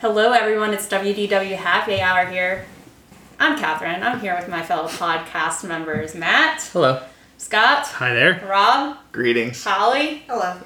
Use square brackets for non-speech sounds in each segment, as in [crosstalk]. Hello, everyone. It's WDW Happy Hour here. I'm Catherine. I'm here with my fellow podcast members Matt, Hello. Scott, Hi there. Rob, Greetings. Holly. Hello.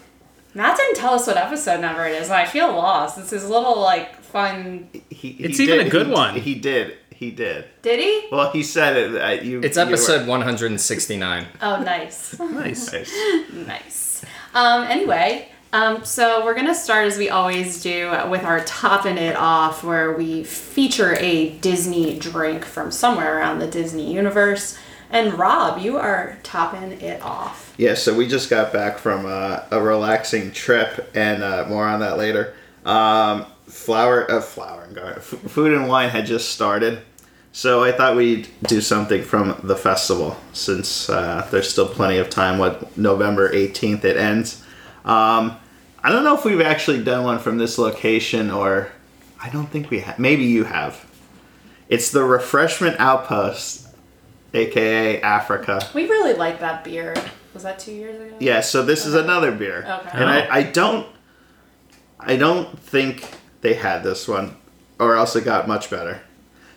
Matt didn't tell us what episode number it is, and I feel lost. This is a little like fun. He, he It's even a good he- one. He did. He did. Did he? Well, he said it. Uh, you. It's you episode 169. Oh, nice. Nice. were- nice. Um, anyway, um, so we're gonna start as we always do with our topping it off, where we feature a Disney drink from somewhere around the Disney universe. And Rob, you are topping it off. Yeah. So we just got back from uh, a relaxing trip, and uh, more on that later. Um, flower, uh, flower and garden. F- food and wine had just started, so I thought we'd do something from the festival since uh, there's still plenty of time. What November 18th it ends. Um, I don't know if we've actually done one from this location, or I don't think we have. Maybe you have. It's the Refreshment Outpost, aka Africa. We really like that beer. Was that two years ago? Yeah, so this is another beer. Okay. And I, I don't I don't think they had this one or else it got much better.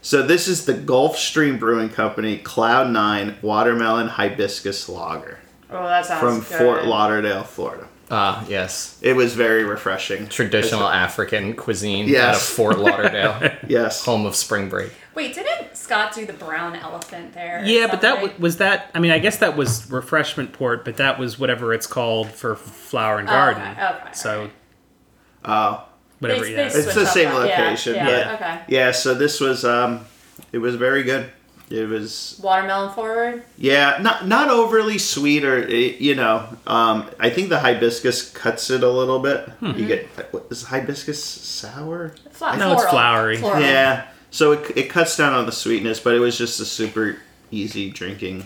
So this is the Gulfstream Brewing Company Cloud 9 Watermelon Hibiscus Lager Oh, that sounds from good. Fort Lauderdale, Florida. Ah, yes. It was very refreshing. Traditional African cuisine out of Yes. [laughs] Fort Lauderdale, Yes. home of spring break. Wait, didn't Scott do the brown elephant there? or Yeah, but that w- something? was that. I mean, I guess that was refreshment port, but that was whatever it's called for flower and Oh, garden. okay, okay, so Oh. whatever. They- yeah. they- It's the Switch up same that. Yeah, location. yeah, but- okay. Yeah, so this was um it was very good. It was watermelon forward. Yeah, not not overly sweet or eh, you know. Um, I think the hibiscus cuts it a little bit. You get what, is hibiscus sour? Fla- No, it's flowery. floral. Yeah, so it, it cuts down on the sweetness, but it was just a super easy drinking.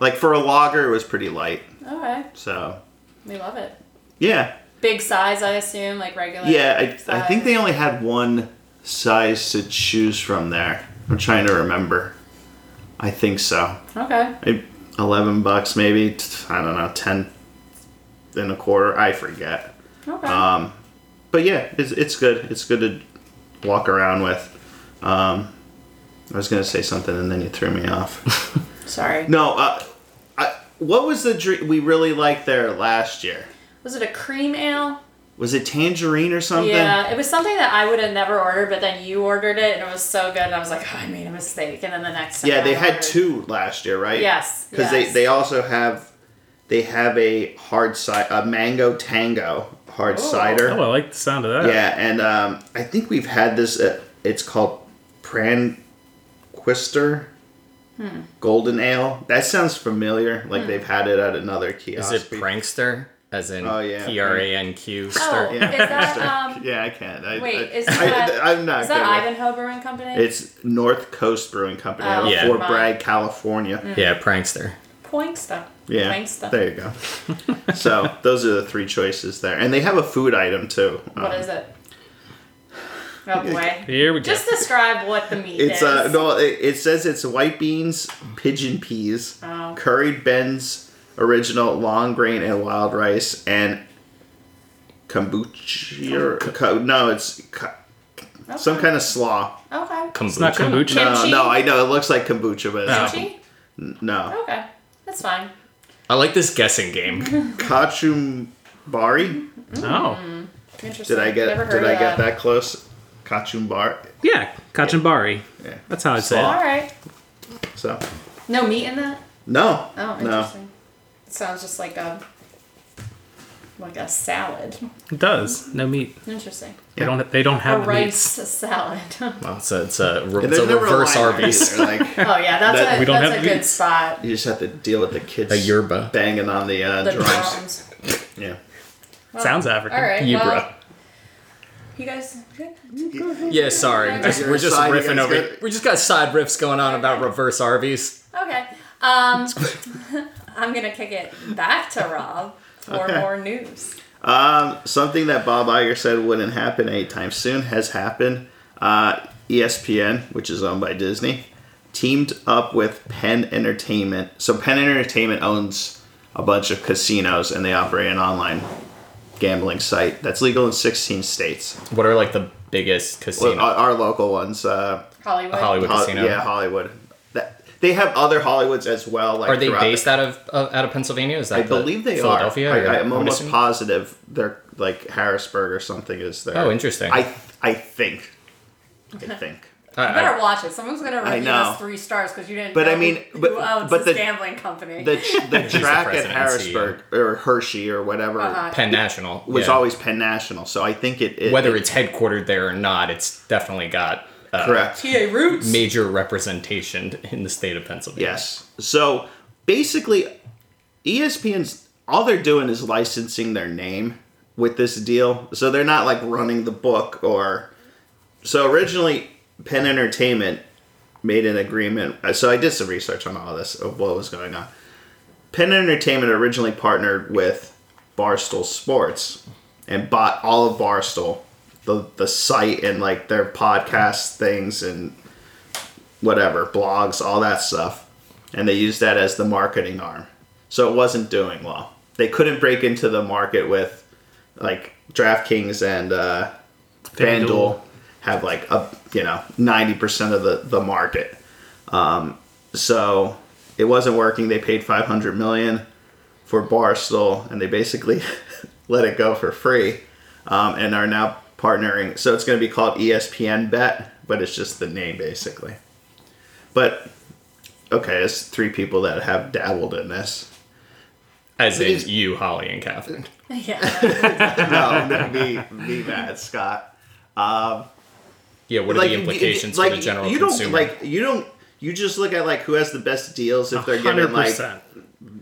Like for a lager, it was pretty light. All right, So we love it. yeah, Big size, I assume, like regular. yeah. I, I size. think they only had one size to choose from there. I'm trying to remember. I think so. Okay. Maybe Eleven bucks, maybe. t- I don't know. Ten and a quarter. I forget. Okay. Um, but yeah, it's, it's good. It's good to walk around with. Um, I was gonna say something and then you threw me off. Sorry. no, uh, I, what was the drink we really liked there last year? Was it a cream ale? Was it tangerine or something? Yeah, it was something that I would have never ordered, but then you ordered it and it was so good. And I was like, oh, I made a mistake. And then the next time. Yeah, they I had ordered- two last year, right? Yes, Because yes. they they also have they have a hard cider, a mango tango hard cider. oh, I like the sound of that. Yeah, and um, I think we've had this. Uh, it's called Pranquister Hmm. Golden Ale. That sounds familiar. Like they've had it at another Is kiosk. it prankster? As in Oh, yeah. P R A N Q Oh, stir? is Yeah, that, um, [laughs] yeah, I can't. I, wait, I, is I- that- [laughs] I, am not. is that good with- Ivanhoe Brewing Company? It's North Coast Brewing Company out Oh, of Yeah. Fort fine. Bragg, California. Hmm. Yeah, prankster. Poinksta. Yeah, Poinksta. there you [laughs] go. so those are the three choices there, and they have a food item too. What Um, is [laughs] it? Oh boy. Here we go. Just describe what the meat It's is. uh no. It, it says it's white beans, pigeon peas, Oh. curried Ben's original long grain and wild rice, and kombucha. or- ko- no, it's ka- Okay. some kind of slaw. Okay. Kombucha. it's not kombucha. No, Kimchi? no, I know it looks like kombucha, but it's- Kimchi? no. Okay. That's fine. I like this guessing game. Kachumbari. Oh, Interesting. Did I get? Mm-hmm. Never heard Did of I get that close? Kachumbari. yeah, kachambari. Yeah. That's how I say All it. right. So No meat in that? no. Oh, no. interesting. It sounds just like a like a salad. It does. No meat. Interesting. They don't. They don't A have the rice meats. salad. [laughs] oh Well, it's a, it's a, re- And it's a there's no real reverse line there Arby's. either, Like yeah, that's That- a we don't that's have a good meats. spot. you just have to [laughs] deal with the kids. A yerba. banging on the uh, The drums. drums. Yeah. Well, Sounds African. All right. Yibra. Well, you guys good? Yeah, sorry. Just- You're we're just side riffing against over. it. We just got side riffs going on about reverse Arby's. Okay. Um, [laughs] I'm gonna kick it back to Rob for Okay. more news. Um, something that Bob Iger said wouldn't happen anytime soon has happened. Uh, ESPN, which is owned by Disney, teamed up with Penn Entertainment. So Penn Entertainment owns a bunch of casinos and they operate an online gambling site that's legal in 16 states. What are like the biggest Well, casino? our, our local ones, uh, Hollywood. Hollywood. Hol- casino. yeah, Hollywood. That, they have other Hollywoods as well. Like are they throughout the based out of uh, out of Pennsylvania? Is that I the believe they Philadelphia? are. or I, I'm almost Madison? positive they're like Harrisburg or something is there. Oh, interesting. I I think. I think. I- You I- better watch it. Someone's gonna I review know. us three stars because you didn't. But know I mean, who, but- who owns but this the- gambling company. The the track at president and Harrisburg or Hershey or whatever Uh-huh. Penn National was yeah. always Penn National, so I think it, it whether it's headquartered there or not, it's definitely got uh, correct. TA Roots. major representation in the state of Pennsylvania. Yes. So basically, E ESPN's all they're doing is licensing their name with this deal. So they're not like running the book or. So originally, Penn Entertainment made an agreement. uh, So I did some research on all this of what was going on. Penn Entertainment originally partnered with Barstool Sports and bought all of Barstool, the the site and like their podcast things and whatever, blogs, all that stuff. And they used that as the marketing arm. So it wasn't doing well. They couldn't break into the market with like DraftKings and uh, FanDuel. FanDuel have like a you know 90% of the, the market. Um, so it wasn't working. They paid 500 million for Barstool and they basically [laughs] let it go for free um, and are now partnering. So it's going to be called E ESPN Bet, but it's just the name basically. But okay, it's three people that have dabbled in this. As in you, Holly, and Catherine. [laughs] [laughs] Yeah. No, not me, me, Matt, Scott. Yeah, what are the implications like, for the general you don't, consumer? Like you don't, you just look at like who has the best deals if they're getting like 100%.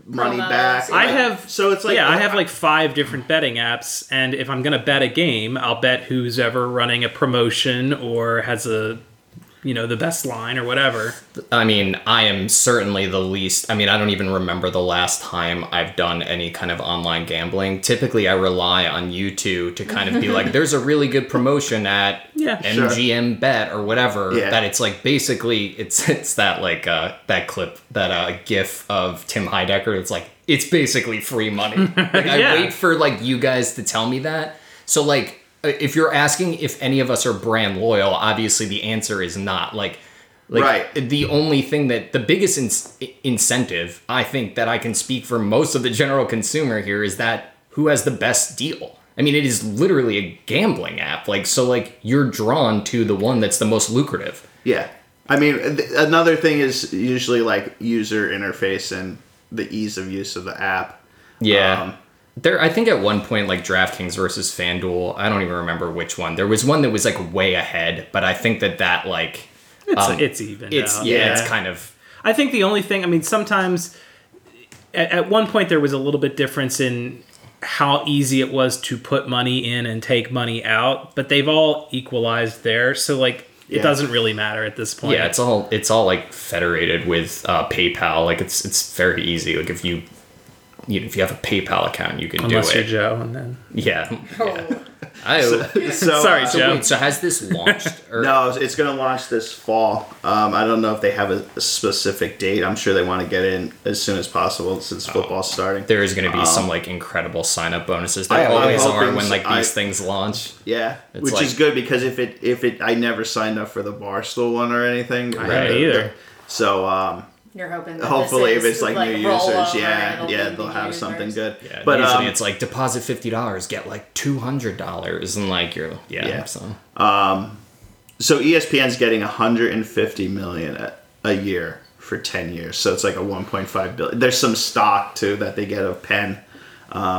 money Promos. back. I I Like, have so it's like yeah, I have like five different betting apps, and if I'm gonna bet a game, I'll bet who's ever running a promotion or has a you know the best line or whatever. I mean, I am certainly the least. I mean, I don't even remember the last time I've done any kind of online gambling. Typically, I rely on you two to kind of be [laughs] like, there's a really good promotion at Yeah. Sure. MGM Bet or whatever. Yeah. That it's like basically, it's [laughs] it's that like uh, that clip that uh, GIF of Tim Heidecker. It's like it's basically free [laughs] money. Like, Yeah. I wait for like you guys to tell me that. So like uh, if you're asking if any of us are brand loyal, obviously the answer is not like like Right. the only thing that the biggest in- incentive I think that I can speak for most of the general consumer here is that who has the best deal. I mean, it is literally a gambling app. Like so like you're drawn to the one that's the most lucrative. Yeah. I mean, th- another thing is usually like user interface and the ease of use of the app. Yeah. Um, there, I think at one point, like DraftKings versus FanDuel, I don't even remember which one. There was one that was like way ahead, but I think that that like It's um, it's even. it's out. yeah, yeah. it's kind of I think the only thing I mean sometimes at, at one point there was a little bit difference in how easy it was to put money in and take money out, but they've all equalized there, so like Yeah. it doesn't really matter at this point. yeah, it's all it's all like federated with uh, PayPal. Like it's it's very easy. Like if you you know, if you have a PayPal account, you can unless do you're it. Joe and then yeah. Oh. I, so, [laughs] So, Sorry, uh, Joe. wait, [laughs] so has this [laughs] launched? Or, No, it's- it's going to launch this fall. Um, I don't know if they have a a specific date. I'm sure they want to get in as soon as possible since Oh. football's starting. There is going to be some like incredible sign up bonuses. Um, I- There I'm always are hoping when so. like these I- things launch. Yeah, It's which is like- good because if it if it I never signed up for the Barstool one or anything. I haven't either. So um, You're hoping. That hopefully, this if is, it's like, new roll users, over, yeah, it'll yeah, be they'll new have users. something good. Yeah, but usually um, it's like deposit fifty dollars, get like two hundred dollars, and like you're yeah. Yeah. So so E ESPN's getting 150 million a, a year for 10 years. So it's like a 1.5 billion. There's some stock too that they get of Penn, um,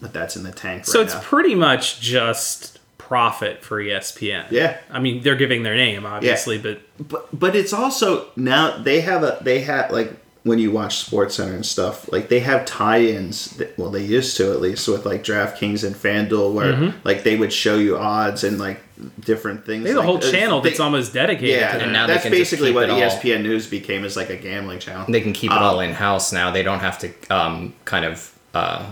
but that's in the tank. So right it's now. pretty much just profit for E ESPN. Yeah. I mean, they're giving their name, obviously, but but but it's also now they have a they have like when you watch Sports Center and stuff like they have tie-ins that, well they used to at least with like DraftKings and FanDuel where like they would show you odds and like different things. Mm-hmm. they have a like- uh, whole channel they- that's almost dedicated yeah, to that. And now they that's can just basically keep what E it all- ESPN News became is like a gambling channel. they can keep it Um, all in house now. They don't have to um, kind of uh,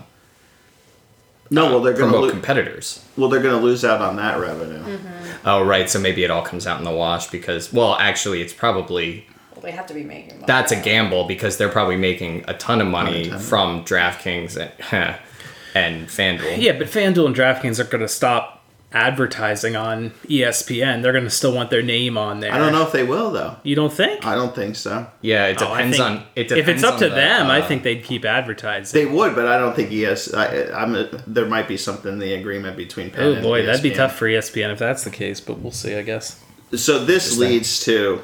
no, well they're going to promote lo- competitors. well they're going to lose out on that revenue. Oh right, so maybe it all comes out in the wash because well, actually, it's probably Well, they have to be making. Money. that's a gamble because they're probably making a ton of money ton. from DraftKings. And, [laughs] and FanDuel. Yeah, but FanDuel and DraftKings are going to stop advertising on E ESPN. They're going to still want their name on there. I don't know if they will though. You don't think? I don't think so. Yeah, it Oh, I depends think- on it if it's depends up on to the, them, I uh, think they'd keep advertising. They would, but I don't think yes. I, I'm. there might be something in the agreement between. Penn oh and E boy, that'd be ESPN. tough for ESPN if that's the case. But we'll see. I guess. So this leads to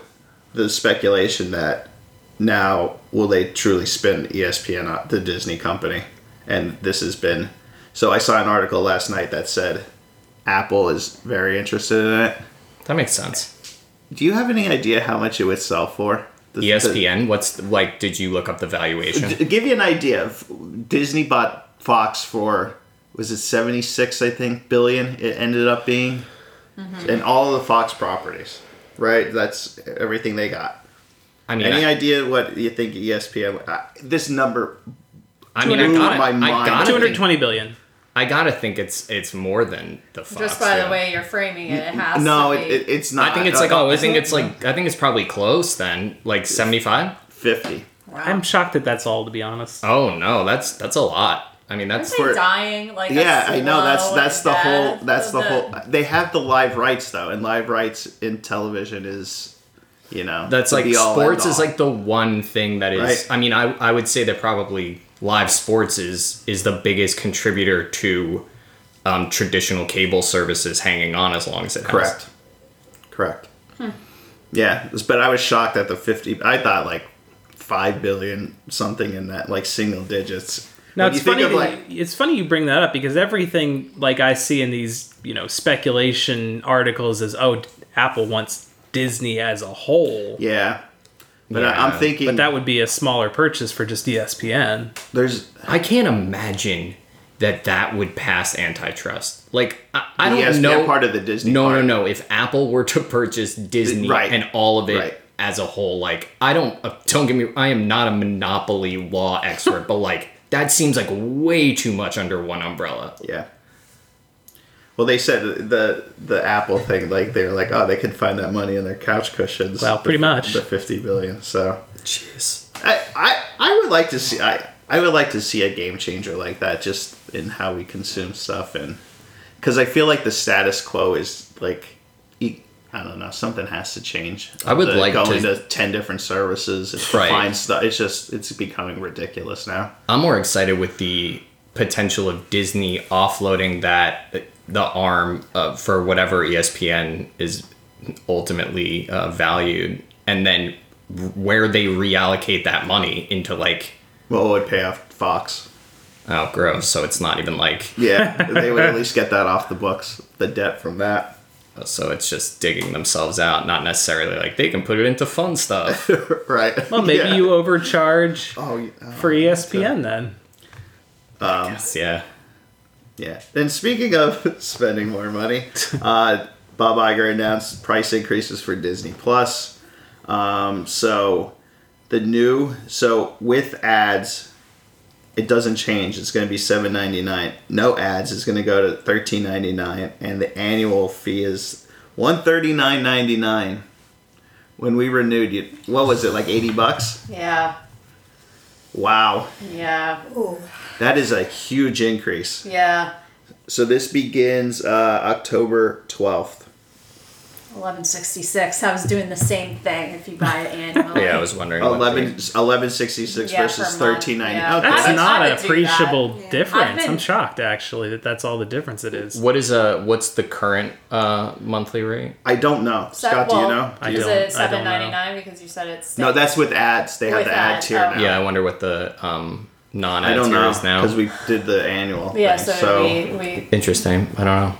the speculation that now will they truly spin E ESPN, out- uh, the Disney company, and this has been. So I saw an article last night that said Apple is very interested in it. that makes sense. Do you have any idea how much it would sell for? The- E the- ESPN, what's like? Did you look up the valuation? To give you an idea of Disney bought Fox for was it 76 I think billion it ended up being and all of the Fox properties right that's everything they got I mean, any I, idea what you think ESPN uh, this number I mean, I blew gotta, my I mind. gotta, Two hundred think, twenty billion. I gotta think it's it's more than the Fox. Just by yeah. the way you're framing it, it has no to it, be. it, it's not I think it's Uh, like oh, I uh, think it's like I think it's probably close then, like seventy five. 50 wow. I'm shocked that that's all. To be honest. Oh no, that's that's a lot. I mean, that's Aren't they for- dying like a yeah I know that's slow that's the whole death? that's Is the it- [laughs] whole they have the live rights though and live rights in television is you know that's the like be-all, sports is end-all. like the one thing that is Right. i mean I, I would say that probably live sports is is the biggest contributor to um, traditional cable services hanging on as long as it has. Correct. Correct. Yeah, but I was shocked at the fifty. I thought like five billion something in that like single digits. Now When it's you funny. Think of, that like, you- it's funny you bring that up because everything like I see in these you know speculation articles is oh D- Apple wants Disney as a whole, yeah, but Yeah. I, am thinking but that would be a smaller purchase for just E ESPN. there's i can't imagine that that would pass antitrust like i, I don't ESPN know part of the Disney. no part. no no if apple were to purchase disney Right. and all of it Right. as a whole like i don't uh, don't get me i am not a monopoly law [laughs] expert but like that seems like way too much under one umbrella Yeah. Well, they said the the Apple thing, like they were like, oh, they could find that money in their couch cushions. Well, pretty the- much. the fifty billion. So Jeez. I, I I would like to see I I would like to see a game changer like that just in how we consume stuff and because I feel like the status quo is like e- I don't know something has to change. I would The like to- going to, ten different services and Right. find stuff. It's just it's becoming ridiculous now. I'm more excited with the potential of Disney offloading that the arm uh, for whatever ESPN is ultimately uh, valued, and then where they reallocate that money into like Well, it would pay off Fox. oh gross, so it's not even like [laughs] Yeah, they would at least get that off the books. The debt from that. [laughs] so it's just digging themselves out, not necessarily like they can put it into fun [laughs] stuff. right. Well, maybe Yeah. you overcharge Oh, yeah. Um, Oh. for E ESPN then. yeah. Yeah. And speaking of [laughs] spending more money, uh, Bob Iger announced price increases for Disney Plus. Um, so the new so with ads, it doesn't change. It's going to be seven ninety nine. No ads. It's going to go to thirteen ninety nine, and the annual fee is one thirty nine ninety nine. When we renewed, you what was it like eighty bucks? Yeah, Wow, yeah, that is a huge increase. yeah. So this begins uh, October 12th. 1166. I was doing the same thing if you buy it annually. [laughs] Yeah, I was wondering. what 11, the- 1166 Yeah, versus per month, 1390. yeah. Okay, That's that's- not I an would do appreciable that. Yeah. I've difference. been- I'm shocked actually that that's all the difference it is. what is a what's the current uh, monthly rate? I don't know. So- Scott, do you well, know? I Is don't- it I don't seven know. ninety nine because you said it's No, that's with ads. They have With the ad ads, tier oh. now. Yeah, I wonder what the um, non I ad don't tier know is now. because we did the annual. yeah. thing, So, we we Interesting. I don't know.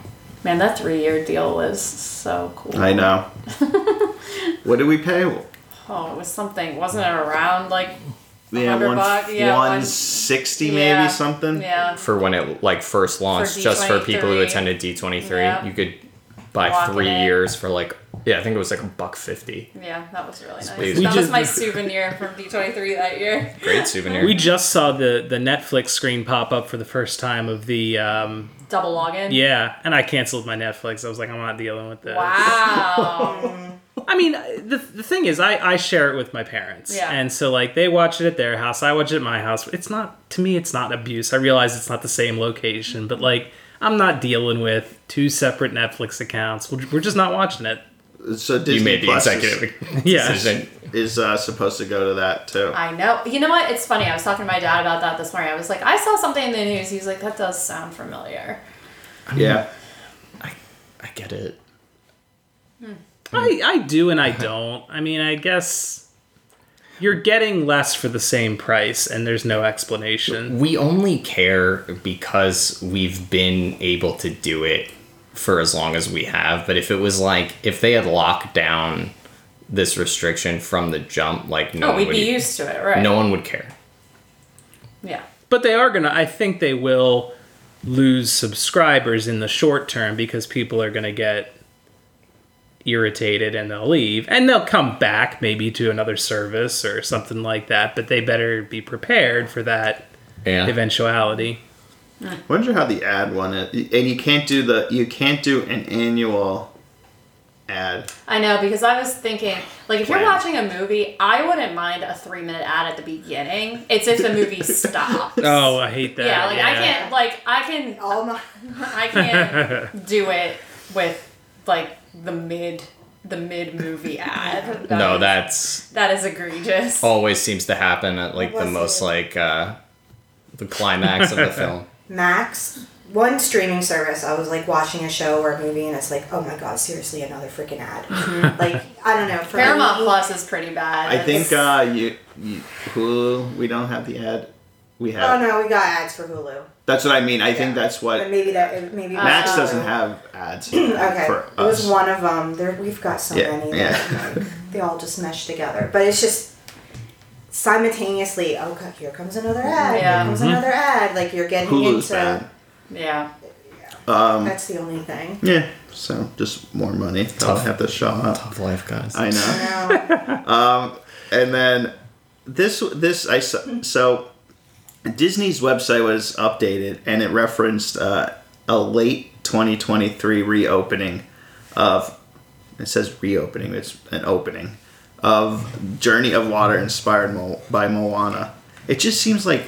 man, that three year deal was so cool. [laughs] I know. what did we pay? Oh, it was something. Wasn't it around like Yeah, 100 one, buck, yeah, one- 160 maybe yeah, something. yeah? For when it like first launched, For just for people who D23. attended D twenty three, Yeah. you could buy Walking three in. years for like yeah, I think it was like a buck fifty. Yeah, that was really nice. Sweet. that We was my just- souvenir from D23 that year. [laughs] Great souvenir. We just saw the the Netflix screen pop up for the first time of the um, Double login. yeah, and I canceled my Netflix. I was like, I'm not dealing with this. Wow. I mean, the, the thing is, I, I share it with my parents. Yeah. And so, like, they watch it at their house. I watch it at my house. It's not, to me, it's not abuse. I realize it's not the same location, but, like, I'm not dealing with two separate Netflix accounts. We're, we're just not watching it. So Disney you made the Plus is- executive [laughs] Yeah. decision. is uh, supposed to go to that too. I know. You know what? It's funny. I was talking to my dad about that this morning. I was like, I saw something in the news. He's like, that does sound familiar. yeah. I, I get it. I, I do and I don't. I mean, I guess you're getting less for the same price, and there's no explanation. We only care because we've been able to do it for as long as we have. But if it was like if they had locked down this restriction from the jump, like no Oh, one we'd would be e- used to it, right? no one would care. Yeah. But they are gonna. I think they will lose subscribers in the short term because people are gonna get irritated and they'll leave, and they'll come back maybe to another service or something like that. But they better be prepared for that Yeah. eventuality. Wonder how the ad one is. And you can't do the you can't do an annual ad. I know because I was thinking, like, if you're Plan. watching a movie, I wouldn't mind a three minute ad at the beginning. It's if the movie stops. Oh, I hate that. Yeah, like I can't, like I can, All my [laughs] I can't do it with like the mid, the mid movie [laughs] ad. That No, Oh. is- that's that is egregious. always seems to happen at like What the was most it? like uh the climax [laughs] of the film. Max, one streaming service. I was like watching a show or a movie, and it's like, oh my god, seriously, another freaking ad. [laughs] like I don't know. For Paramount me- Plus is pretty bad. I think uh, you, you Hulu. We don't have the ad. We Oh have. no, we got ads for Hulu, That's what I mean. I think that's but what maybe that maybe Max Hulu. doesn't have ads [clears throat] Okay, for it was us. one of them. There, we've got so Yeah, many. yeah. [laughs] That, like, they all just mesh together, but it's just simultaneously. Oh god, here comes another ad. Yeah. Here comes another ad. Like you're getting Mm-hmm. Hulu's into. bad. yeah, That's the only thing. Yeah. So just more money. I'll have to shop. Tough life, guys. I know. Um, No. [laughs] and then this this I s- so Disney's website was updated and it referenced uh, a late 2023 reopening of it says reopening it's an opening of Journey of Water inspired Mo- by Moana. It just seems like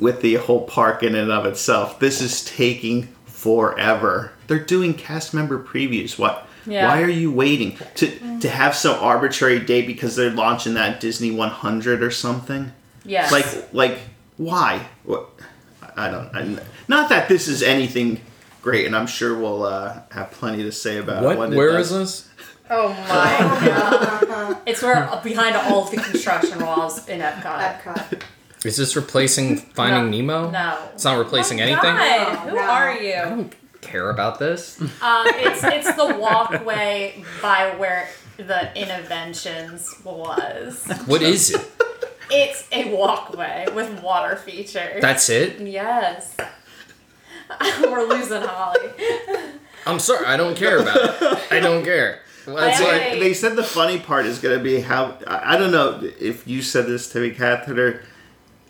with the whole park in and of itself, this is taking forever. They're doing cast member previews. What? Yeah. Why are you waiting to to have some arbitrary date because they're launching that Disney 100 or something? yes. Like like why? What? I don't. I, not that this is anything great, and I'm sure we'll uh, have plenty to say about it. What? when it Where does- is this? oh [laughs] my god, it's where uh, behind all of the construction walls in Epcot. Epcot. Is this replacing Finding Nemo? No. It's not replacing Oh my anything. Oh I God, who No. are you? don't care about this. Um, it's it's the walkway by where the interventions was. [laughs] What is it? It's a walkway with water features. That's it? yes. [laughs] We're losing Holly. I'm sorry, I don't care about it. I [laughs] don't care. Well, that's I- like- Right. But they said the funny part is going to be how I I don't know if you said this to me, Catheter.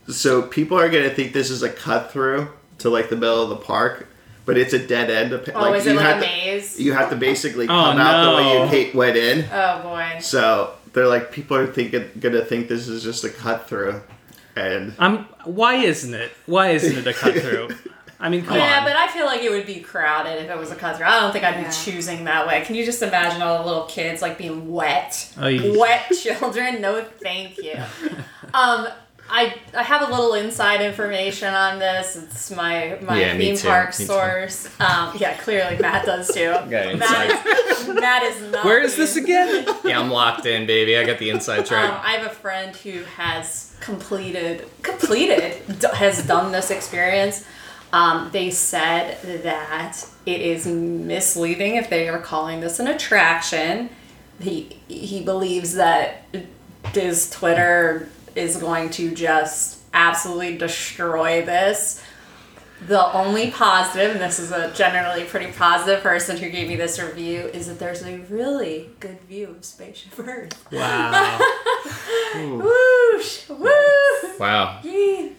So people are going to think this is a cut through to like the middle of the park, but it's a dead end. Of, Oh, is it you like have a to- maze? You have to Oh, basically come out the way no. you hate went in. oh boy. So they're like people are thinking going to think this is just a cut through, and I'm. Why isn't it? Why isn't it a cut through? I mean, come Yeah, on. but I feel like it would be crowded if it was a cut through. I don't think I'd Yeah. be choosing that way. Can you just imagine all the little kids like being wet? Oy. Wet [laughs] children? No, thank you. Um, I I have a little inside information on this. It's my my Yeah, me theme too. park Me too. source. Um, yeah, clearly Matt does too. Okay, Matt is, Matt is not. Where is me. this again? yeah, I'm locked in, baby. I got the inside Um, track. I have a friend who has completed completed d- has done this experience. Um, they said that it is misleading if they are calling this an attraction. He he believes that his Twitter is going to just absolutely destroy this. The only positive, and this is a generally pretty positive person who gave me this review, is that there's a really good view of Spaceship Earth. Wow. Whoosh! Woo! Wow. Yee.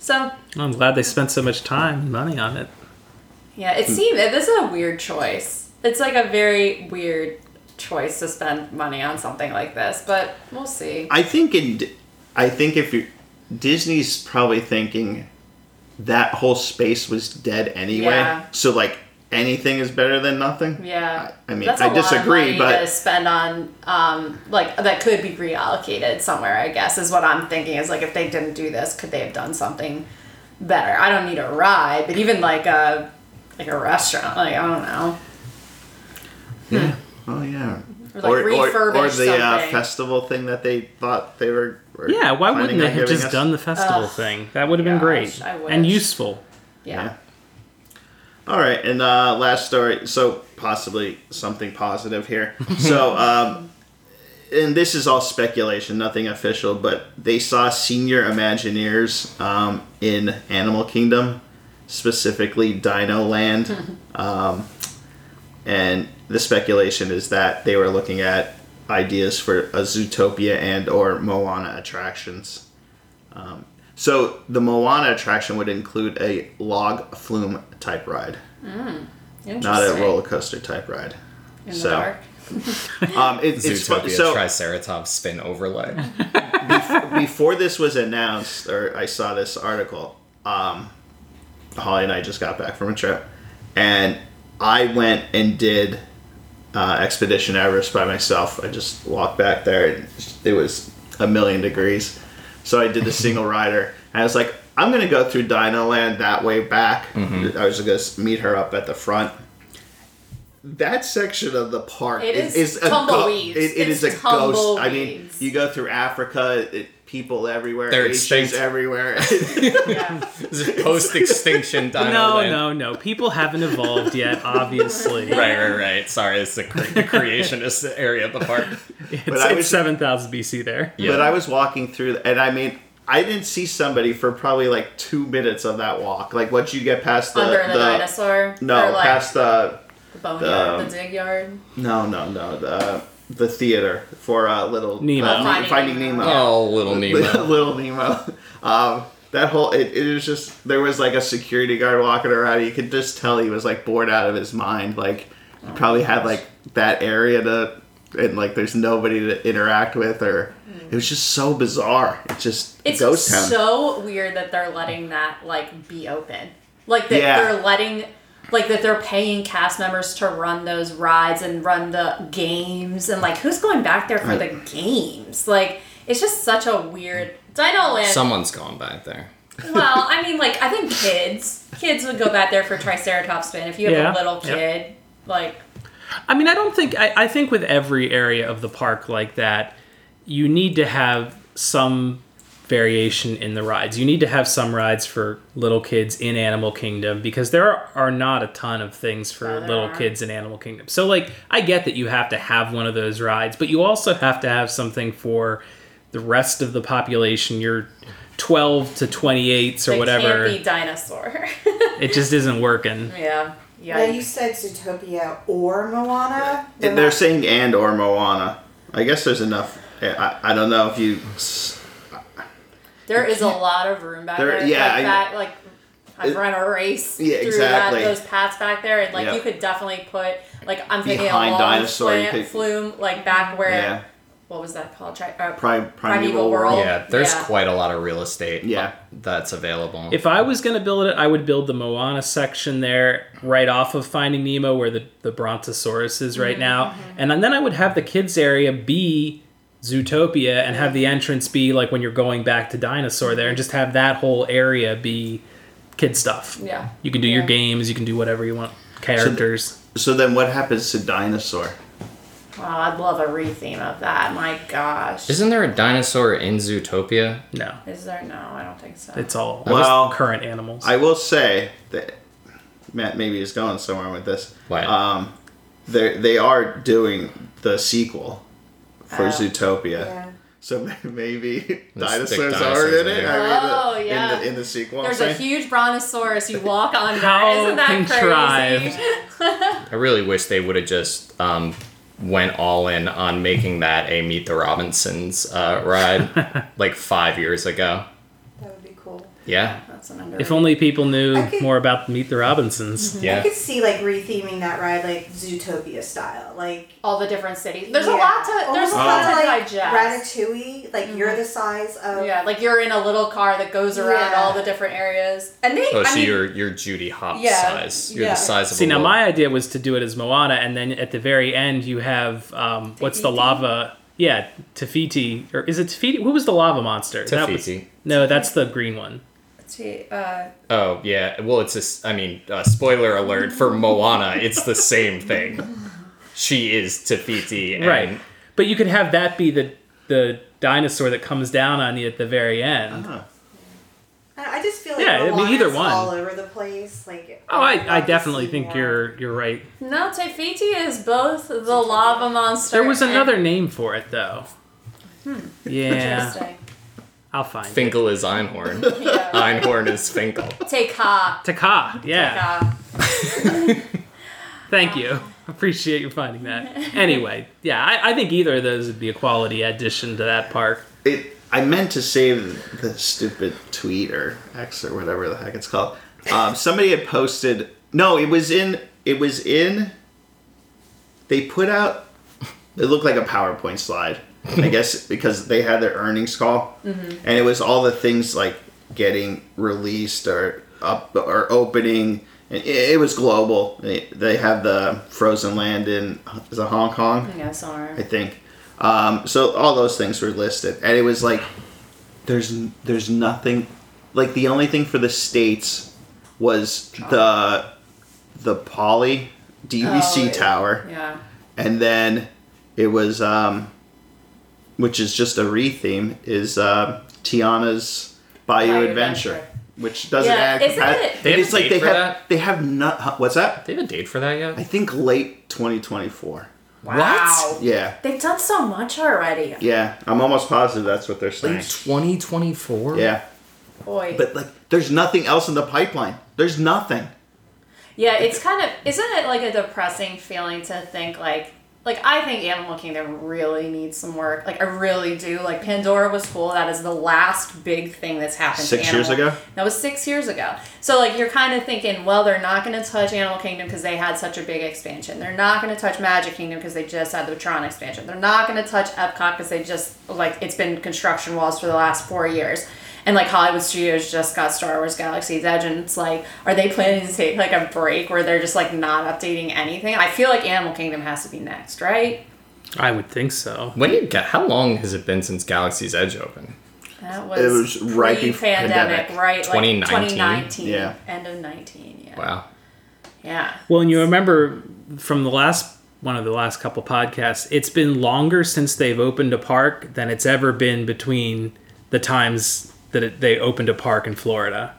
So I'm glad they spent so much time and money on it. Hmm. yeah, it seemed this is a weird choice. It's like a very weird choice to spend money on something like this, but we'll see. I think in, D- I think if you, Disney's probably thinking, that whole space was dead anyway. Yeah. So like anything is better than nothing. Yeah, I- I mean, that's a I lot of disagree, money but- to spend on um, like that could be reallocated somewhere. I guess is what I'm thinking. Is like if they didn't do this, could they have done something better? I don't need a ride, but even like a like a restaurant, like I don't know. Oh yeah. Or, like, refurbish or the uh, something. festival thing that they thought they were. were Yeah, why planning wouldn't they on have giving just us? done the festival thing? That would have been Gosh, great I wish. and useful. Yeah, All right, and uh, last story. So possibly something positive here. So, um, and this is all speculation, nothing official, but they saw senior Imagineers um, in Animal Kingdom, specifically Dino Land, um, and the speculation is that they were looking at ideas for a Zootopia and or Moana attractions. So the Moana attraction would include a log flume type ride, not a Interesting. roller coaster type ride. In so the dark. um, it, it's fu- Zootopia so Triceratops spin overlay. before this was announced, or I saw this article. Um, Holly and I just got back from a trip, and I went and did uh, Expedition Everest by myself. I just walked back there, and it was a million degrees. So I did the single rider, and I was like, I'm gonna go through Dino Land that way back. I was gonna s- meet her up at the front. That section of the park It is, is a go- tumbleweeds. it- it is a It's ghost. I mean, tumbleweeds. you go through Africa, it, people everywhere, They're Asians extinct. [laughs] everywhere. [laughs] Yeah. Post extinction dino No, land. no, no. People haven't evolved yet, obviously. Right, right, right. Sorry, it's the, cre- [laughs] the creationist area of the park. It's, But I it's was- 7,000 BC there. Yeah. But I was walking through, and I mean, I didn't see somebody for probably like two minutes of that walk. Like once you get past the, Under the, the- dinosaur. no, or like past the the boneyard, um, the dig yard. no, no, no, the the theater for uh, little Nemo. uh, Finding Finding Nemo. Nemo. Oh, [laughs] little Nemo. [laughs] little Nemo. Um, that whole it, it was just there was like a security guard walking around. You could just tell he was like bored out of his mind. Like he probably had like that area to and like there's nobody to interact with or it was just so bizarre. It's just It's ghost town. so weird that they're letting that like be open. Like that Yeah. they're letting like that they're paying cast members to run those rides and run the games and like who's going back there for the games? Like it's just such a weird Dino Land. Someone's gone back there. [laughs] well, I mean like I think kids kids would go back there for Triceratops spin if you have Yeah. a little Yep. kid. Like I mean, I don't think, I, I think with every area of the park like that, you need to have some variation in the rides. You need to have some rides for little kids in Animal Kingdom because there are, are not a ton of things for No, there little aren't. kids in Animal Kingdom. So, like, I get that you have to have one of those rides, but you also have to have something for the rest of the population, your 12 to 28s or they whatever. can't be dinosaur. [laughs] It just isn't working. yeah. Now you Yeah. said Zootopia or Moana. And They're saying and or Moana. I guess there's enough. I, I I don't know if you. s- There is a lot of room back There- there. yeah, like I- that, like I've It- run a race Yeah, through exactly. that, those paths back there, and like Yeah. you could definitely put like I'm thinking Behind a long dinosaur, you flan- could- flume like back where Yeah. what was that called? Tri- uh, Prime, primeval Primeval world. World. Yeah, there's Oh, Yeah. quite a lot of real estate. Yeah. That's available. If I was going to build it, I would build the Moana section there, right off of Finding Nemo, where the, the Brontosaurus is right now. And then I would have the kids' area be Zootopia and have the entrance be like when you're going back to Dinosaur there and just have that whole area be kid stuff. Yeah. You can do your Yeah. games, you can do whatever you want, characters. So then what happens to dinosaur? Wow, oh, I'd love a retheme of that. My gosh. Isn't there a dinosaur in Zootopia? no, Is there no? I don't think so. it's all Well, current animals. I will say that Matt maybe is going somewhere with this. What? Um, they they are doing the sequel for Oh. Zootopia. Yeah. So maybe Let's stick dinosaurs are dinosaurs in it. in I there. mean, the- Oh, yeah. In the, in the sequel. There's I'm a saying. huge brontosaurus you walk on How there. Isn't that contrived. crazy? I really wish they would have just um, went all in on making that a [laughs] Meet the Robinsons uh, ride like five years ago. That would be cool. Yeah. [laughs] That's an under. If only people knew I could- more about Meet the Robinsons. I Yeah. could see like retheming that ride like Zootopia style, like. all the different cities. There's a yeah. lot to. There's Almost a lot to kinda like digest. Mm-hmm. Ratatouille, like you're the size of. Yeah, like you're in a little car that goes around Yeah. all the different areas, and they. Oh, I so mean, you're you're Judy Hopps Yeah, size. You're yeah. the size of See, a now little- my idea was to do it as Moana, and then at the very end, you have um, what's the Tafiti? lava? Yeah, Tafiti, or is it Tafiti? Who was the lava monster? That was- Tafiti. no, that's the green one. See, uh, Oh yeah. Well, it's just. I mean, uh, spoiler alert for Moana. It's the same thing. She is Tafiti. And, right. But you could have that be the the dinosaur that comes down on you at the very end. Oh. I I just feel like Yeah, I mean, Moana's either one. all over the place. Like Oh, I'd I, I love to definitely see think more. you're you're right. no, Tefiti is both the lava monster. There was and- another name for it though. Hmm. Yeah, Interesting. I'll find it. Finkel is Einhorn. Yeah. Einhorn is Finkel. Take ha. Taka. Take Yeah. ha. Thank you. [laughs] Appreciate you finding that. Anyway, yeah, I, I think either of those would be a quality addition to that park. It. I meant to save the stupid tweet or X or whatever the heck it's called. Um, somebody had posted. No, it was in. It was in. They put out. It looked like a PowerPoint slide. I guess because they had their earnings call, and it was all the things like getting released or up or opening. And it, it was global. They, they have the Frozen Land in is it Hong Kong? Yeah, somewhere. I think. Um, so all those things were listed, and it was like there's there's nothing like the only thing for the states was the the Poly DVC Oh, yeah. tower, Yeah. and then it was um, which is just a retheme is uh, Tiana's Bayou, Bayou Adventure, Adventure. which doesn't Yeah, add. isn't compa- it- They have it's a like date they for have that? they have not. huh, What's that? They have a date for that yet? I think late 2024. What? Yeah. They've done so much already. Yeah, I'm almost positive that's what they're saying. Like 2024? Yeah, Boy. but like, there's nothing else in the pipeline. There's nothing. Yeah, it's kind of isn't it like a depressing feeling to think like like I think Animal Kingdom really needs some work. Like I really do. Like Pandora was cool. That is the last big thing that's happened. Six to Animal. years ago? That was six years ago. So like you're kind of thinking, well, they're not going to touch Animal Kingdom because they had such a big expansion. They're not going to touch Magic Kingdom because they just had the Tron expansion. They're not going to touch Epcot because they just like it's been construction walls for the last four years. And like Hollywood Studios just got Star Wars Galaxy's Edge, and it's like, are they planning to take like a break where they're just like not updating anything? I feel like Animal Kingdom has to be next, right? I would think so. When did Ga- how long has it been since Galaxy's Edge opened? That was, was right before pre-pandemic, pandemic. right? Like 2019? 2019, Yeah. end of 19, yeah, Wow. yeah. Well, and you remember from the last one of the last couple podcasts, it's been longer since they've opened a park than it's ever been between the times that it, they opened a park in Florida.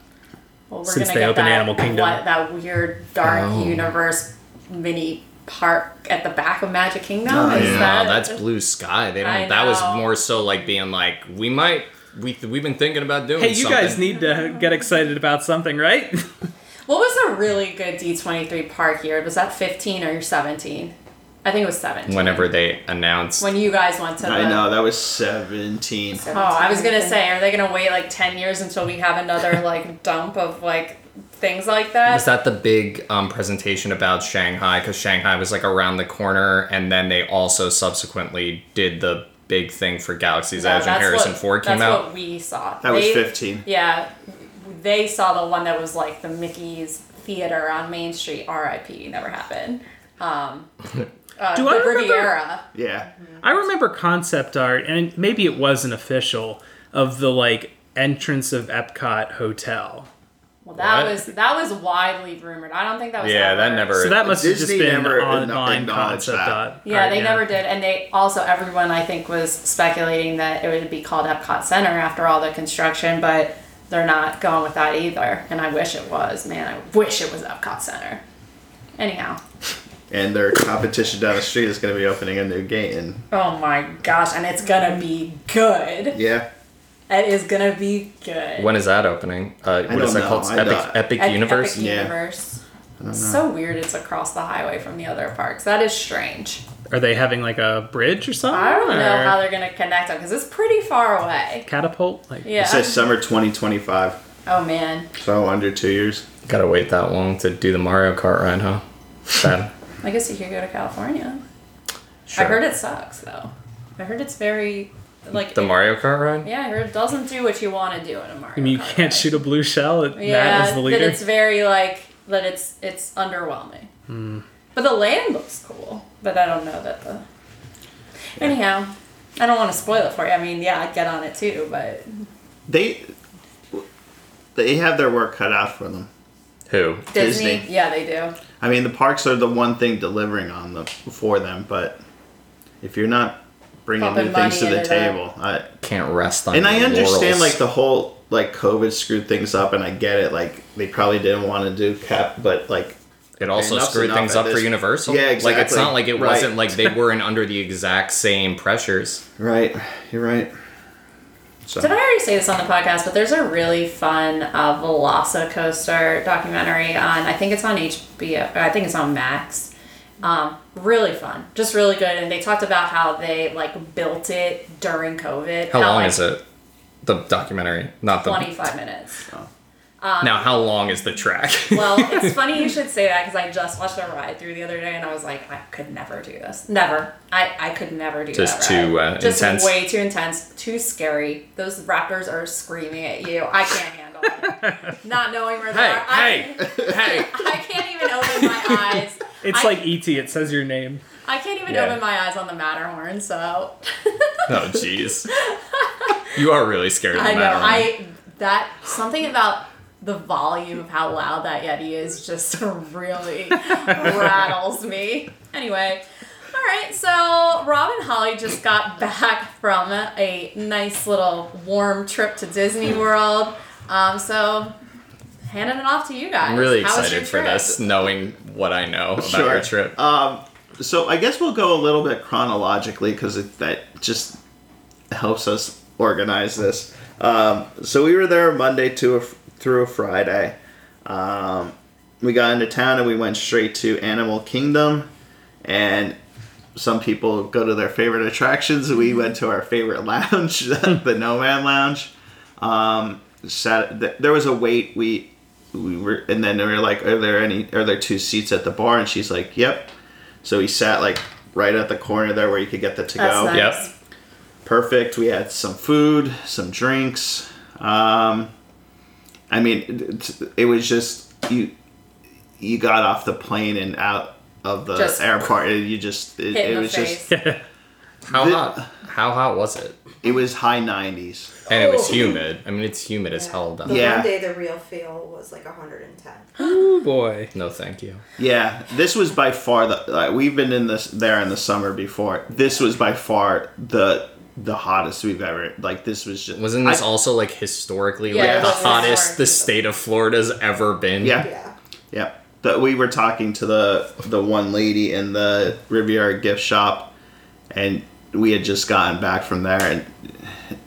Well, we're Since gonna they get opened that, Animal Kingdom. what- that weird dark Oh. universe mini park at the back of Magic Kingdom. Oh, Is yeah. that- No, that's blue sky. They don't. I That was know. more so like being like, we might. We we've been thinking about doing. Hey, you guys something. need to get excited about something, right? [laughs] What was a really good D twenty three park year? Was that fifteen or seventeen? I think it was seventeen. Whenever they announced, when you guys went to I the- know that was 17. Oh, I was gonna say, are they gonna wait like ten years until we have another like dump of like things like that? was that the big um, presentation about Shanghai? Because Shanghai was like around the corner, and then they also subsequently did the big thing for Galaxy's No, Edge, and that's Harrison what, Ford came that's out. what we saw. That was They- 15. Yeah, they saw the one that was like the Mickey's Theater on Main Street. R.I.P. Never happened. [laughs] Um, uh, Do the I remember- Riviera. Yeah, I remember concept art, and maybe it wasn't official, of the like entrance of Epcot Hotel. Well, that What? was that was widely rumored. I don't think that was. yeah, that ever- never. So that must Disney have just been never online acknowledged concept that. art. Yeah, art, they never did, and they also everyone I think was speculating that it would be called Epcot Center after all the construction, but they're not going with that either. And I wish it was, man. I wish it was Epcot Center. Anyhow, and their competition down the street is going to be opening a new gate, and oh my gosh, and it's gonna be good. yeah, It is gonna be good. when is that opening? Uh, what is don't that know. called? I Epic, don't- Epic Ep- Universe. Epic Yeah. Universe. So weird. It's across the highway from the other parks. That is strange. Are they having like a bridge or something? I don't know or how they're gonna connect them because it's pretty far away. catapult. Like, Yeah. it says summer 2025. Oh man, So under two years. Gotta wait that long to do the Mario Kart ride, huh? Sad. I guess you could go to California. Sure. I heard it sucks though. I heard it's very like The it- Mario Kart ride? Yeah, I heard it doesn't do what you want to do in a Mario. I mean, you Kart can't ride. shoot a blue shell. It, Yeah, Matt is the that leader. it's very like that. It's it's underwhelming. But the land looks cool. But I don't know that the. Anyhow, I don't want to spoil it for you. I mean, yeah, I'd get on it too, but They they have their work cut out for them. Who? Disney, Disney. yeah, they do. I mean, the parks are the one thing delivering on the for them, but if you're not bringing Pumping new things to money the into that. table, I, Can't rest on and I your understand laurels. like the whole like COVID screwed things up, and I get it. Like they probably didn't want to do cap, but like It also Enough's screwed enough things at up for this- Universal. Yeah, Like it's exactly. not like it Right. wasn't like they weren't under the exact same pressures. right, you're right. So Did I already say this on the podcast? But there's a really fun uh, Velocicoaster documentary on. I think it's on HBO. I think it's on Max. Um, really fun, just really good. And they talked about how they like built it during COVID. How long like, is it? The documentary, not the. 25 minutes. Now, how long is the track? [laughs] [laughs] Well, it's funny you should say that because I just watched a ride through the other day and I was like, I could never do this. Never. I, I could never do Just that. ride. too, uh, Just intense? way too intense, too scary. Those raptors are screaming at you. I can't handle [laughs] it. Not knowing where they hey, are. hey, I, hey! I can't even open my eyes. it's I- like ET. It says your name. I can't even Yeah. open my eyes on the Matterhorn, so Oh, [laughs] jeez. You are really scared of I know. that. aren't I that something about the volume of how loud that Yeti is just [laughs] really rattles me. Anyway, all right. So Rob and Holly just got back from a nice little warm trip to Disney World. Um, so handing it off to you guys. I'm really How was your excited for trip? this, knowing what I know about your trip. Um, so I guess we'll go a little bit chronologically because that just helps us organize this. Um, so we were there Monday to a, through a Friday. Um, we got into town and we went straight to Animal Kingdom, and some people go to their favorite attractions. We went to our favorite [laughs] lounge, the No Man Lounge. Um, sat, th- there was a wait. We we were, and then they were like, "Are there any? Are there two seats at the bar?" And she's like, "Yep." So we sat like right at the corner there where you could get the to That's go. nice. Yep. Perfect. We had some food, some drinks. Um, I mean, it, it was just you. You got off the plane and out of the Just airport. and You just it, Hit it in the was face. just How the- hot? How hot was it? it was high nineties. And it was Oh. humid. I mean, it's humid as hell down The there. Yeah. one day the real feel was like 110. Ooh boy. No, thank you. Yeah, this was by far the uh, we've been in this there in the summer before. This was by far the the hottest we've ever like. This was just Wasn't this I- also like historically Yeah, like it the was hottest historic. the state of Florida's ever been? Yeah. Yeah. Yeah, that we were talking to the the one lady in the Riviera gift shop, and we had just gotten back from there, and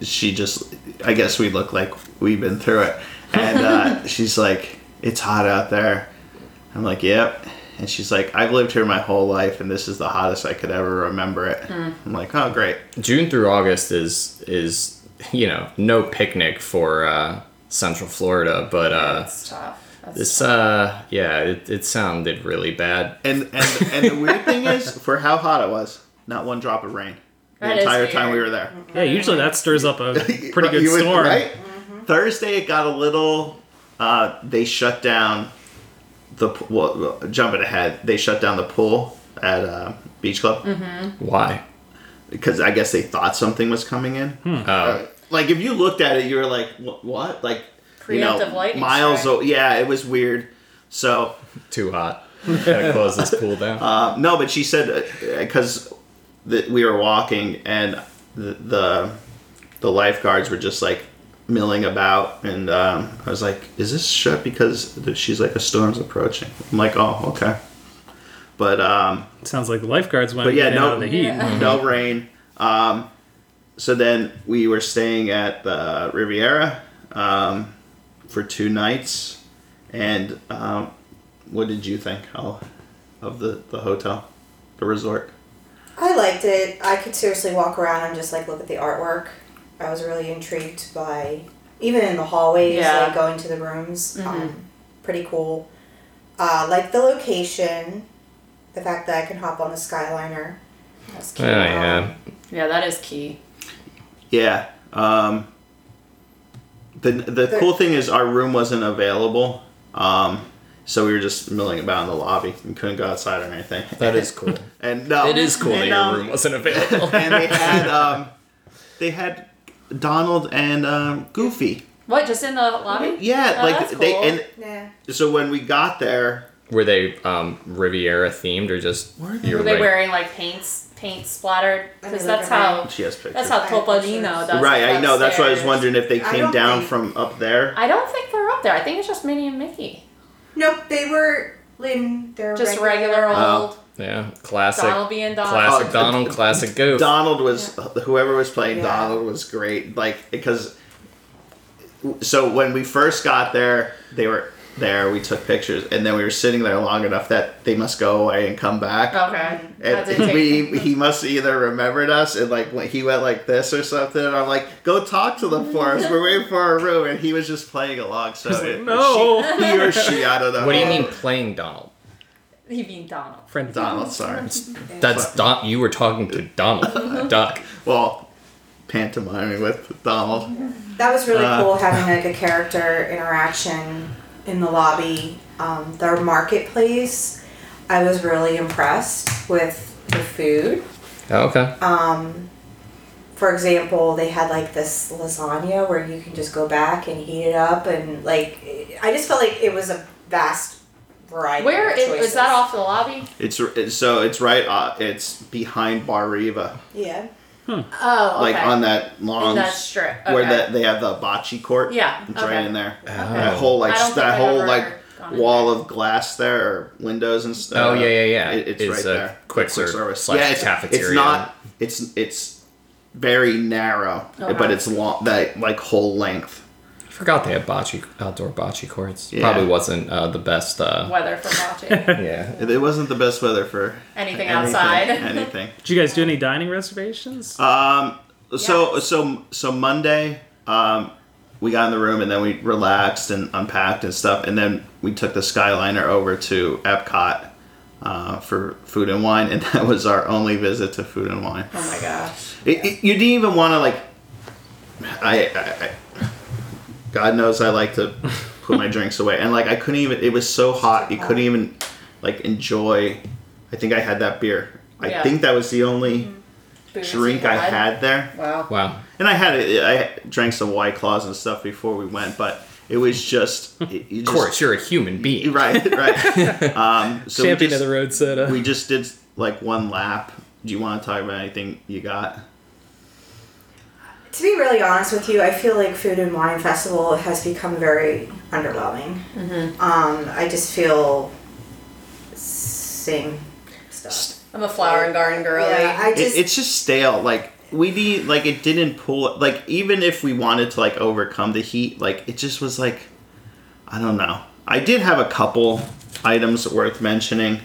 she just, I guess we look like we've been through it, and [laughs] uh, she's like, "It's hot out there." I'm like, "Yep," and she's like, "I've lived here my whole life, and this is the hottest I could ever remember it." Hmm. I'm like, "Oh, great." June through August is is you know no picnic for uh, Central Florida, but uh, That's tough. That's this uh yeah it, it sounded really bad. And and and the weird thing is, for how hot it was, not one drop of rain the That is entire time we weird. were there. Yeah, usually that stirs up [laughs] a pretty Right, good you would- storm. right? Mm-hmm. Thursday, it got a little. Uh, they shut down the p- well, well, jumping ahead. They shut down the pool at uh, Beach Club Mm-hmm. Why? because I guess they thought something was coming in. Hmm. Uh, Like if you looked at it, you were like, "Wh- "What?" Like you know, Preemptive lightning miles. strike. o- yeah, it was weird. So too hot. Gotta close this pool down. Uh, no, but she said because that we were walking and the, the the lifeguards were just like milling about, and um, I was like, "Is this shut?" Because th- she's like, "A storm's approaching." I'm like, "Oh, okay." But um, Sounds like the lifeguards went but yeah, in no, out of the heat. [laughs] no rain. Um, so then we were staying at the Riviera um, for two nights, and um, what did you think Al, of the the hotel, the resort? I liked it. I could seriously walk around and just like look at the artwork. I was really intrigued by even in the hallways, Yeah. Mm-hmm. like going to the rooms. Um, pretty cool. Uh, like the location, the fact that I can hop on a Skyliner. That's Oh cute. yeah. Yeah, that is key. Yeah. Um, the the cool thing is our room wasn't available, um, so we were just milling about in the lobby and couldn't go outside or anything. That is cool. And no, It is cool that And, your um, room wasn't available. and they had um, they had Donald and um, Goofy. What, just in the lobby? Yeah, Oh, like that's they cool. and Nah. so when we got there, [laughs] Were they um, Riviera themed or just Were they? you're Were they right. wearing like paints, paint splattered? I Because mean, that's like a how she has pictures. that's how I have Topolino pictures. does. right, I know. That's why I was upstairs. wondering if they I came don't down think- from up there. I don't think they're up there. I think it's just Minnie and Mickey. Nope, they were in their Just regular Oh. old Yeah, classic. Donald being Donald. Classic Oh, Donald, classic Goof. Donald was whoever was playing Yeah. Donald was great. Like because so when we first got there, they were there. We took pictures, and then we were sitting there long enough that they must go away and come back. Okay. That did And take- we he must either remembered us and like when he went like this or something. And I'm like, go talk to them for us. We're waiting for our room, and he was just playing along. So it- no. she- he or she, I don't know. What do you mean playing Donald? he being Donald. [laughs] Friend Donald? Sorry. That's Don. You were talking to Donald Duck. Well, pantomiming with Donald. That was really Uh, cool having like a character interaction in the lobby. Um, their marketplace, I was really impressed with the food. Oh, okay. For example, they had like this lasagna where you can just go back and heat it up, and like I just felt like it was a vast variety. Where of is, choices. is that off the lobby? It's, it's so it's right. Uh, it's behind Bar Riva, Yeah, Oh, okay. like on that long that strip. where okay. that they have the bocce court. Yeah, it's okay. right in there. Oh. That whole like I don't think that I've whole ever like gone in wall of glass there or windows and stuff. Oh, yeah, yeah, yeah. It- it's, It's right a there. quick serve slash yeah, it's, It's cafeteria. not. It's it's very narrow, but Okay. it's long. That like whole length. I forgot they had bocce outdoor bocce courts. Yeah. Probably wasn't uh, the best. Uh, weather for [laughs] watching. Oh yeah. It, it wasn't the best weather for Anything anything, outside. [laughs] Anything. Did you guys do any dining reservations? Um. So so so Monday. Um. We got in the room and then we relaxed and unpacked and stuff, and then we took the Skyliner over to Epcot uh, for food and wine, and [laughs] that was our only visit to food and wine. oh my gosh. It, it- you didn't even want to like. I, I, I. God knows I like to [laughs] put my drinks away, and like I couldn't even. It was so hot, you couldn't even like enjoy. I think I had that beer. I Yeah. Mm-hmm. think that was the only Booze drink I blood. had there, Wow. Wow. and I had it. I drank some white claws and stuff before we went, but it was [laughs] just. It, you Of course, just, you're a human being. [laughs] Right, right. um, so we Champion just, of the uh, road soda. we just did like one lap. Do you want to talk about anything you got? to be really honest with you, I feel like Food and Wine Festival has become very underwhelming. Mm-hmm. Um, I just feel same stuff. I'm a flower and garden girly. Yeah, I it, just it's just stale. Like we need, like it didn't pull. Like even if we wanted to like overcome the heat, like it just was like, I don't know. I did have a couple items worth mentioning.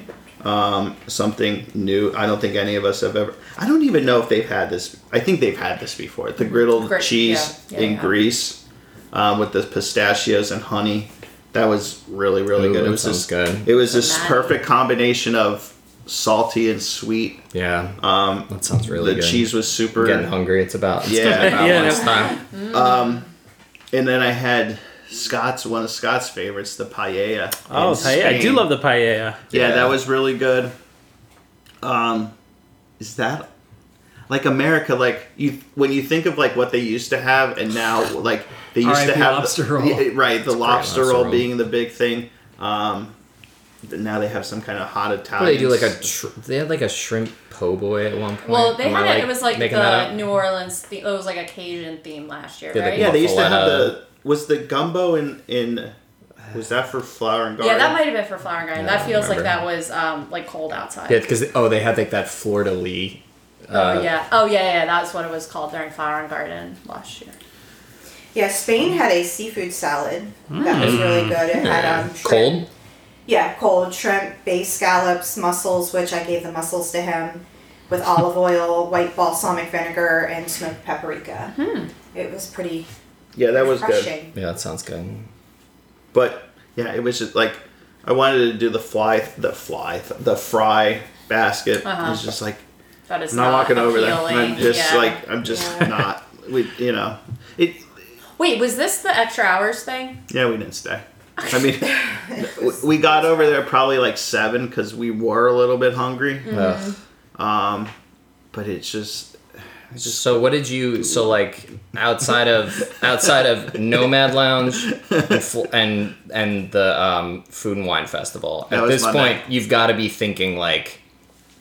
Um, something new. I don't think any of us have ever. I don't even know if they've had this. I think they've had this before. The griddled Gri- cheese yeah, yeah, in yeah. Greece, um, with the pistachios and honey. That was really really Ooh, good. that It was sounds this. good. It was this Imagine. perfect combination of salty and sweet. Yeah. Um, that sounds really the good. cheese was super. Getting hungry. It's about. It's [laughs] yeah. Yeah. About Yeah. [laughs] lunchtime. um, And then I had Scott's one of Scott's favorites, the paella. oh, in paella. I do Spain. love the paella. Yeah, Yeah. that was really good. Um, is that like America? Like you, when you think of like what they used to have, and now like they used to R.I.P. have lobster the, roll. yeah, right, the lobster lobster, roll roll. being the big thing. Um, but now they have some kind of hot Italian. What do they do like a. Tr- they had like a shrimp po' boy at one point. Well, they Am I, had it. It was like making that the up? New Orleans. The, it was like a Cajun theme last year, Yeah, they- right? yeah. They used to have Muffaletta. the was the gumbo in in was that for flower and garden? Yeah, that might have been for Flower and Garden. Yeah, I that don't feels like remember. that was um, like cold outside. Yeah, because oh, they had like that Florida Lee. oh yeah. Oh yeah, yeah. That's what it was called during Flower and Garden last year. yeah. Spain had a seafood salad that Mm. was really good. It had um, shrimp- Cold. Yeah, cold shrimp, bay scallops, mussels, which I gave the mussels to him, [laughs] with Hmm. olive oil, white balsamic vinegar, and smoked paprika. It was pretty Yeah, that was good. refreshing. Yeah, that sounds good. But yeah, it was just like I wanted to do the fly, the fly, the fry basket. It was just like That is I'm not walking over there. Uh-huh. appealing. I'm just Yeah. like I'm just not. We you know it. Wait, was this the extra hours thing? Yeah, we didn't stay. I mean, [laughs] we- we got over there probably like seven because we were a little bit hungry. Mm-hmm. Mm. Um, Ugh. But it's just So what did you? So like outside of outside of Nomad Lounge and fl- and, and the um, Food and Wine Festival. That At was this my point, night. you've got to be thinking like,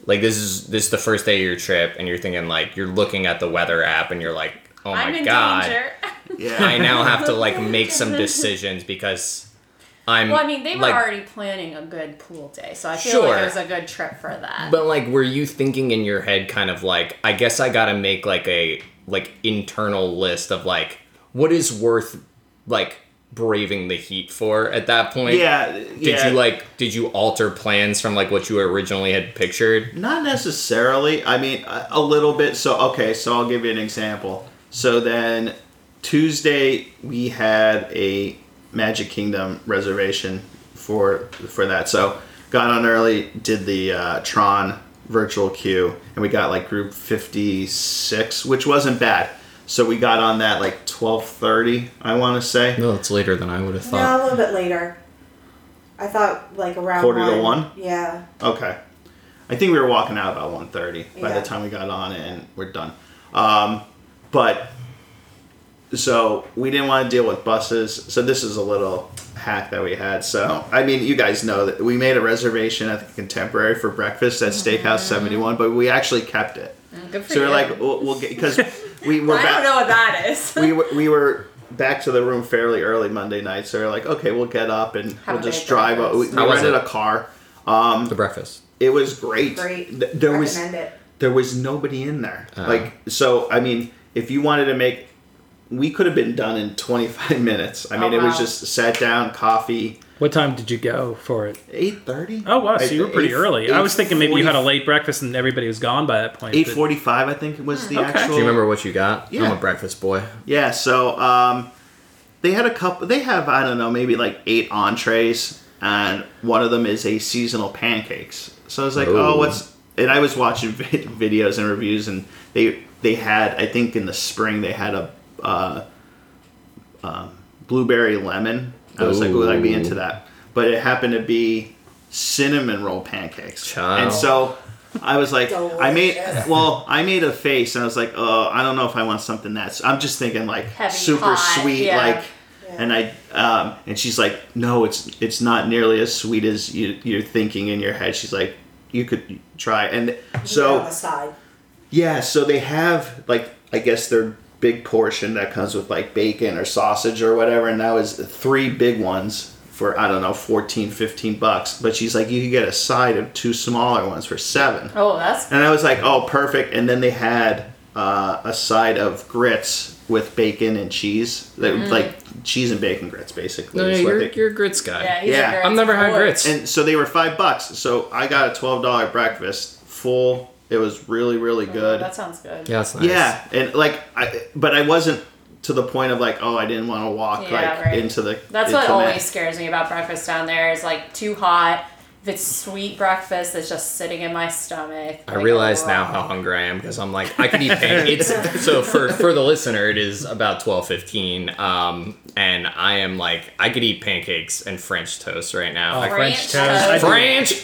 like this is this is the first day of your trip, and you're thinking like you're looking at the weather app, and you're like, oh my I'm in god, danger. [laughs] yeah. I now have to like make some decisions because I'm. Well, I mean, they were like, already planning a good pool day, so I feel Sure. like it was a good trip for that. But like, were you thinking in your head, kind of like, I guess I gotta make like a like internal list of like what is worth like braving the heat for at that point? yeah. Did yeah. you like? Did you alter plans from like what you originally had pictured? Not necessarily. I mean, a, a little bit. So, okay, so I'll give you an example. So then Tuesday we had a Magic Kingdom reservation for for that. So got on early, did the uh, Tron virtual queue, and we got like group fifty six, which wasn't bad. So we got on that like twelve thirty, I want to say. No, it's later than I would have No, a thought. little bit later. I thought like around Quarter to one? Yeah. Okay. I think we were walking out about 1.30 by Yeah. the time we got on and we're done. Um, but so we didn't want to deal with buses. So this is a little hack that we had. So I mean, you guys know that we made a reservation at the Contemporary for breakfast at Steakhouse 71, but we actually kept it. Mm-hmm. good for So you. we're like, we'll, we'll get because we [laughs] were I don't back know what that is. we were, we were back to the room fairly early Monday night, so we are like, okay, we'll get up and Have we'll a just big drive. o- We, breakfast. we How was rented it? a car. The breakfast. It was great. Great. Th- There was Recommend it. there was nobody in there. Uh-huh. Like so, I mean, if you wanted to make, we could have been done in 25 [laughs] minutes. I mean, Oh, it was wow. just sat down, coffee, What time did you go for it? 8:30. Oh wow, so I- you were pretty eight- early. I was thinking maybe you had a 8:40 late breakfast and everybody was gone by that point. but- 8:45, I think was the actual. Do you remember what you got? Yeah. I'm a breakfast boy. Yeah, so um, they had a couple. They have I don't know, maybe like eight entrees, and one of them is a seasonal pancakes. So I was like, oh, Ooh. what's? And I was watching [laughs] vid- videos and reviews, and they they had I think in the spring they had a uh, um blueberry lemon. I was like, would I be Ooh. into that? But it happened to be cinnamon roll pancakes, Child. and so. I was like, I made Delicious. well, I made a face, and I was like, oh, I don't know if I want something that's. I'm just thinking like Heavy, super hot, sweet, yeah. like. Yeah. And I, um, and she's like, no, it's it's not nearly as sweet as you you're thinking in your head. She's like, you could try, and so on the side. yeah, so they have like I guess their big portion that comes with like bacon or sausage or whatever, and that was three big ones for I don't know 14, 15 bucks. But she's like, you could get a side of two smaller ones for seven. [laughs] oh, that's And I was like, oh, perfect. And then they had uh, a side of grits with bacon and cheese, They- like cheese and bacon grits, basically. Mm. No, is yeah, what you're, they- you're a grits guy. yeah. He's Yeah. a very I've never had boy. grits. and so they were five bucks. So I got a twelve dollar breakfast, full. It was really, really Oh, good. that sounds good. yeah, that's nice. yeah, and like, I, but I wasn't to the point of like, oh, I didn't want to walk Yeah, like right. into the. That's into what that. always scares me about breakfast down there. Is like too hot. If it's sweet breakfast, it's just sitting in my stomach. I like, oh, realize now raw. how hungry I am because I'm like I could eat [laughs] pancakes. It's so for for the listener, it is about twelve fifteen, um, and I am like I could eat pancakes and French toast right now. I- French Oh, French toast. I, toast.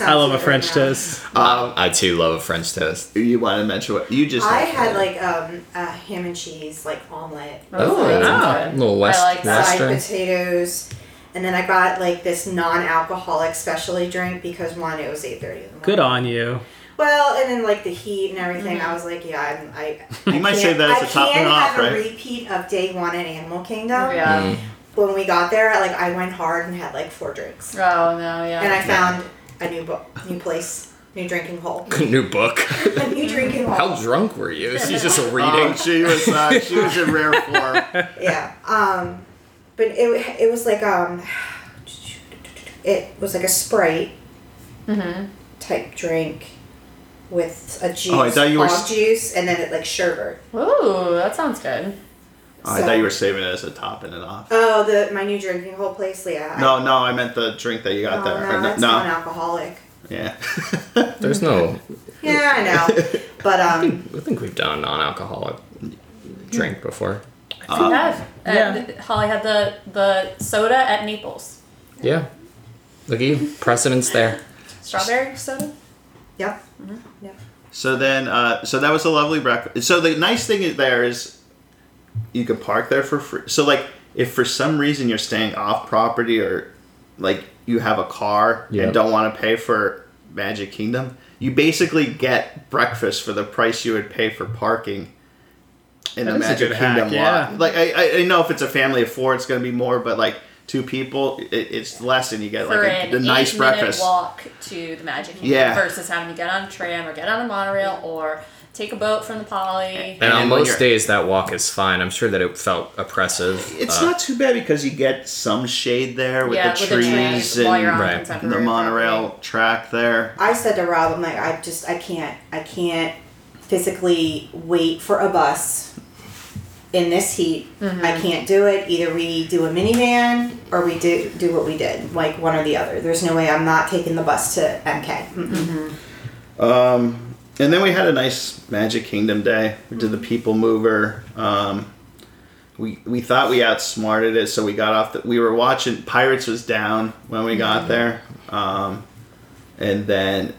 [laughs] I love a French toast. Um, [laughs] I too love a French toast. you want to mention. What you just. I had like um, a ham and cheese like omelet, Oh, that sounds a good. little west, I like that. western. side potatoes, and then I got like this non-alcoholic specialty drink because one, it was eight thirty in the morning. Good on you. Well, and then like the heat and everything, I was like, yeah, I'm, I. You might save that I as a topping can't off, have right? a repeat of day one at Animal Kingdom. Yeah. Mm. When we got there, like I went hard and had like four drinks, Oh no. Yeah. and I found a new book, new place, new drinking [laughs] hole, New book. [laughs] a new drinking hole. How drunk were you? [laughs] She's just Oh, reading. she was uh, she was in rare form. Oh, yeah. Um, but it it was like um, it was like a Sprite Mm-hmm. type drink with a juice, Oh, I thought you were hog s- juice, and then it like sherbet. Ooh, that sounds good. Oh, I So- thought you were saving it as a top and an off. Oh, the my new drinking hole place. Yeah. I- No, no, I meant the drink that you got Oh, there. No, Or that's non-alcoholic. Yeah. [laughs] There's no. Yeah, I know. [laughs] But um, I think we've done a non-alcoholic drink before. Um, We have. Uh, yeah. th- Holly had the the soda at Naples. Yeah. Look at you, precedence there. Strawberry soda? yep. So then, uh, so that was a lovely breakfast. So the nice thing is there is you could park there for free. So like, if for some reason you're staying off property or like you have a car Yeah. and don't want to pay for Magic Kingdom, you basically get breakfast for the price you would pay for parking in That the is a Magic good hack, Kingdom yeah. lot. Like I- I, I know if it's a family of four, it's going to be more, but like two people, it, it's less, and you get for like a, an the nice eight-minute breakfast. walk to the Magic Kingdom Yeah. versus having to get on a tram or get on a monorail or take a boat from the poly. And, then on when most you're- days, that walk is fine. I'm sure that it felt oppressive. It's uh, not too bad because you get some shade there with yeah, the with trees the trees while you're on and Right. the contemporary monorail property. track there. I said to Rob, I'm like, I just, I can't, I can't physically wait for a bus in this heat. I can't do it. Either we do a minivan or we do do what we did, like one or the other. There's no way I'm not taking the bus to MK. Mm-mm. Um, And then we had a nice Magic Kingdom day. We did the People Mover. Um, we we thought we outsmarted it, so we got off. The, we were watching Pirates was down when we got there, um, and then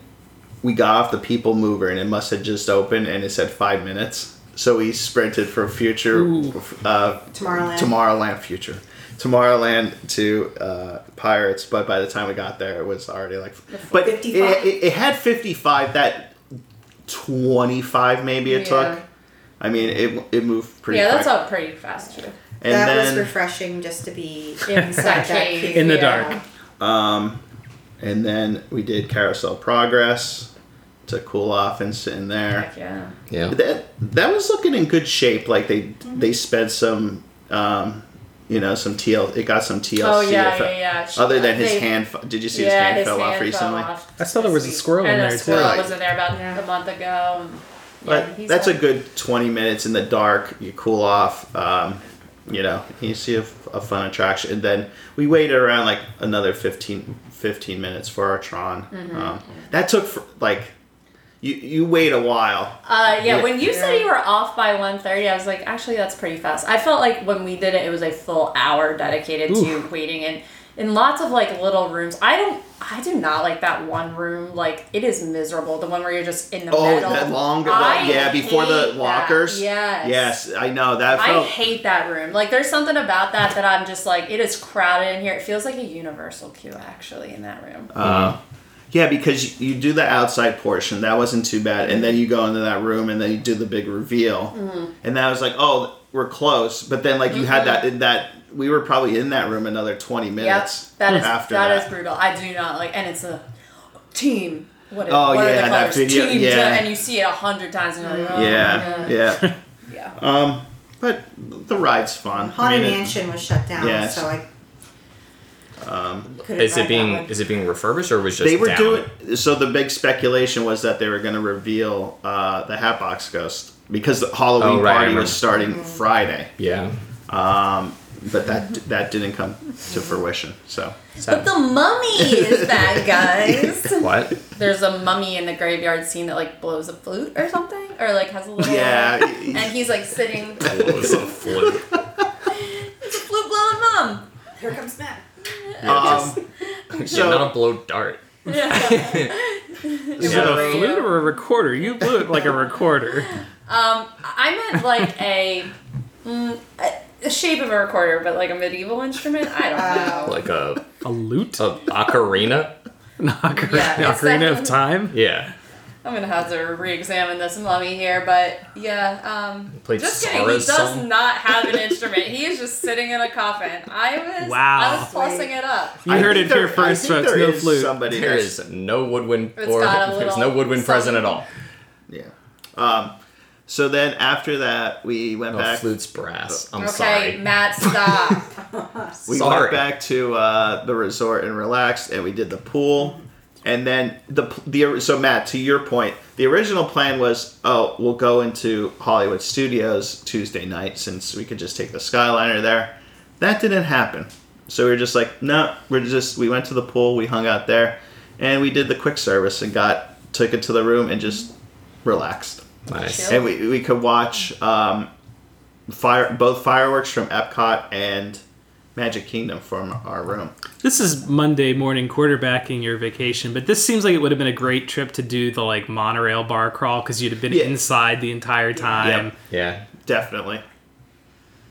we got off the People Mover, and it must have just opened, and it said five minutes. So we sprinted for future Ooh. uh, Tomorrowland. Tomorrowland future. Tomorrowland to uh, Pirates, but by the time we got there, it was already like. But it, 55. it, it had 55, that 25 maybe it Yeah. took. I mean, it, it moved pretty Yeah, that's quick. all pretty fast too. And that then, was refreshing just to be That inside that cave. cave. in the Yeah. dark. um, and then we did Carousel Progress to cool off and sit in there. Heck yeah. yeah. That that was looking in good shape. Like they Mm-hmm. they spent some, um, you know, some TL. It got some TLC. Oh, yeah, effect. yeah, yeah. She- Other than his they- hand, fu- did you see his yeah, hand his fell hand off fell recently? off I saw there was a this week. squirrel in and there, a too. squirrel Like- was in there about a month ago. Yeah, But he's that's a like- good 20 minutes in the dark. You cool off. Um, you know, you see a, a fun attraction. And then we waited around like another 15, 15 minutes for our Tron. Mm-hmm. Um, that took for, like, you, you wait a while. Uh, yeah, Yeah. when you said you were off by 1.30, I was like, actually, that's pretty fast. I felt like when we did it, it was a full hour dedicated to waiting and in lots of like little rooms. I don't, I do not like that one room. Like it is miserable. The one where you're just in the Oh, middle. that longer, I yeah, before hate the that. walkers. Yes. Yes, I know that I felt. hate that room. Like, there's something about that that I'm just like, it is crowded in here. It feels like a universal queue, actually, in that room. Uh, Yeah, because you do the outside portion. That wasn't too bad. And then you go into that room and then you do the big reveal. Mm-hmm. And that was like, oh, we're close. But then, like, you had that, that, we were probably in that room another 20 Mm-hmm. Yep, minutes that is after that that. is brutal. I do not like, and it's a team. What, is, Oh, what are yeah, the that colors? video- Team, yeah. Joe- and you see it a hundred times, and you're like, oh, yeah, yeah. yeah. um, but the ride's fun. I Haunted mean, it- Mansion was shut down, Yes. so I. Um, Is it being is it being refurbished or was just they were down? doing so the big speculation was that they were going to reveal uh, the hatbox ghost because the halloween Oh, right, I party remember. was starting Mm-hmm. friday Um, Yeah. but that that didn't come to fruition so But the mummy is that, guys. [laughs] [laughs] What? [laughs] There's a mummy in the graveyard scene that like blows a flute or something, or like has a little [laughs] [laughs] yeah and he's like sitting, It was a fluke. flute blowing mum. Here comes Matt. um, yeah, not a blow dart. [laughs] Is it a flute or a recorder? You blew it like [laughs] a recorder. Um, I meant like a, mm, a the shape of a recorder, but like a medieval instrument. I Uh, Oh. don't know. Like a, A [laughs] lute? a ocarina? An ocar- Yeah, an it's that- ocarina of time? Yeah. I'm gonna have to re-examine this mummy here, but yeah, um, Played just kidding. He Sarah's does song. not have an instrument. He is just sitting in a coffin. I was, Wow. I was tossing it up. You I heard it think here there- first, I think folks. there No is flute. Somebody There that's- is no woodwind It's or got a there's no little woodwind present at all. Yeah. Um, so then after that, we went No back. Oh, flute's brass. I'm okay, sorry. Matt, stop. We Sorry. went back to uh, the resort and relaxed, and we did the pool. And then the the so Matt, to your point, the original plan was, oh, we'll go into Hollywood Studios Tuesday night since we could just take the Skyliner there. That didn't happen. So we were just like, no, we're just we went to the pool, we hung out there, and we did the quick service and got took it to the room and just relaxed. Nice. And we, we could watch um, fire both fireworks from Epcot and Magic Kingdom from our room. This is Monday morning quarterbacking your vacation, but this seems like it would have been a great trip to do the like monorail bar crawl because you'd have been Yeah. inside the entire time. Yep. Yeah. Definitely.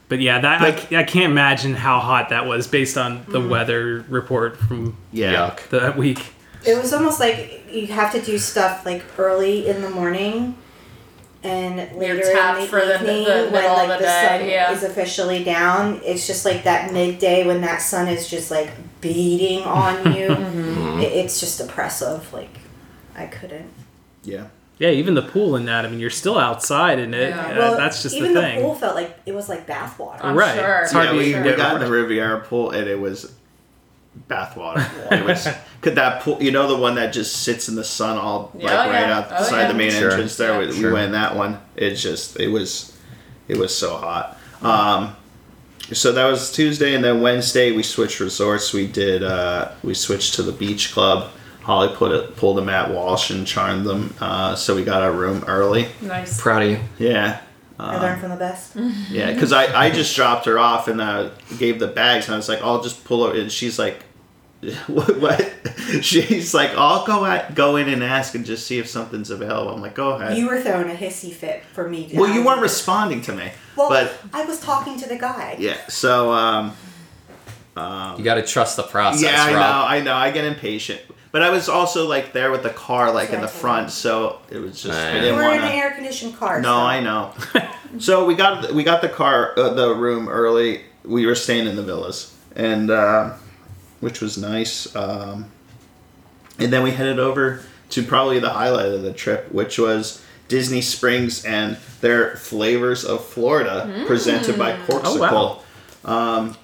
But yeah, that Like- I, I can't imagine how hot that was based on the weather report from Yeah. Yuck. that week. It was almost like you have to do stuff like early in the morning and later in tapped the for the- evening the when middle like of the, the day, sun yeah. is officially down. It's just like that midday when that sun is just like [laughs] beating on you. Mm-hmm. It- it's just oppressive. Like I couldn't. Yeah. Yeah, even the pool in that. I mean, you're still outside in it. Yeah. Uh, Well, that's just even the thing. pool felt like it was like bathwater. I'm right. sure. It's hard yeah, to we, even we get got in over the Riviera pool and it was bathwater. it [laughs] was could that pool you know the one that just sits in the sun all like Yeah, oh, right yeah. Oh, outside yeah. the main Sure. entrance there. Yeah. we, Sure. we went that one. It's just it was it was so hot. Um so that was Tuesday and then Wednesday we switched resorts. We did uh we switched to the beach club. Holly put it pulled a Matt Walsh and charmed them. Uh, so we got our room early. Nice. Proud of you. Yeah. Uh-huh. I learned from the best. Yeah, because I, I just dropped her off and uh, gave the bags, and I was like, I'll just pull her. And she's like, [laughs] what? what? [laughs] She's like, I'll go at, go in and ask and just see if something's available. I'm like, go ahead. You were throwing a hissy fit for me. well, you guys. weren't responding to me. Well, but I was talking to the guy. yeah, so um, You got to trust the process, yeah, I Rob. know, I know, I get impatient. But I was also like there with the car, like in the front, so it was just I Yeah. We didn't were want in an air conditioned car. No, so- I know. so we got we got the car uh, the room early. We were staying in the villas, and uh, which was nice. Um, and then we headed over to probably the highlight of the trip, which was Disney Springs and their flavors of Florida, Mm. presented Oh, by Corksicle. wow.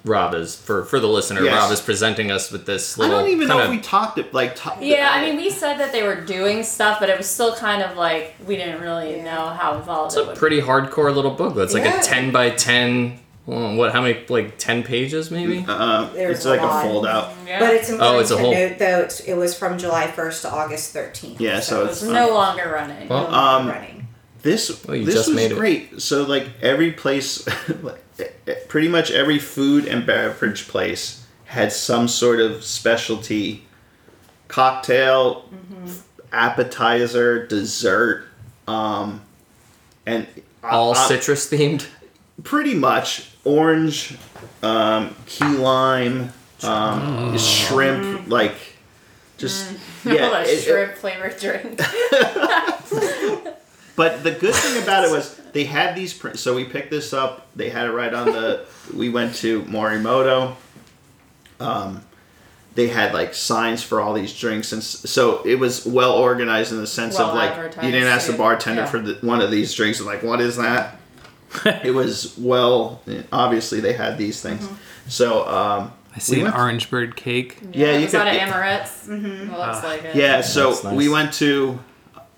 Rob is for for the listener. Yes. Rob is presenting us with this. I Little, don't even know kinda- if we talked it like. To- Yeah, I mean, we said that they were doing stuff, but it was still kind of like we didn't really Yeah. know how involved It's it a would pretty hardcore little booklet. It's like Yeah. a ten by ten. well, What? How many? Like ten pages, maybe. Uh, There's it's like a a lot. fold out. be. Yeah. But it's important Oh, it's a to whole- note, though, it's, it was from July 1st to August 13th. Yeah, so it It's it's no longer running. Well, [laughs] was um, running. this Well, you this just was made it. great. So like every place, [laughs] like, eh, eh, pretty much every food and beverage place had some sort of specialty cocktail, Mm-hmm. appetizer, dessert, um, and All I- I- citrus themed. [laughs] pretty much orange, um, key lime, um, Mm. shrimp, like just [laughs] yeah, What Mm. a it- it- shrimp flavored drink. But the good thing about it was they had these prints. So we picked this up. They had it right on the. We went to Morimoto. Um, they had like signs for all these drinks, and s- so it was well organized in the sense Well of like advertised, you didn't ask the yeah. bartender Yeah. for the, one of these drinks. and Like, what is that? it was well. Obviously, they had these things. Mm-hmm. So um, I see we an went- orange bird cake. Yeah, you it's out could- Ah, of amarettes. Mm-hmm. It looks like it. Yeah, so That's nice. we went to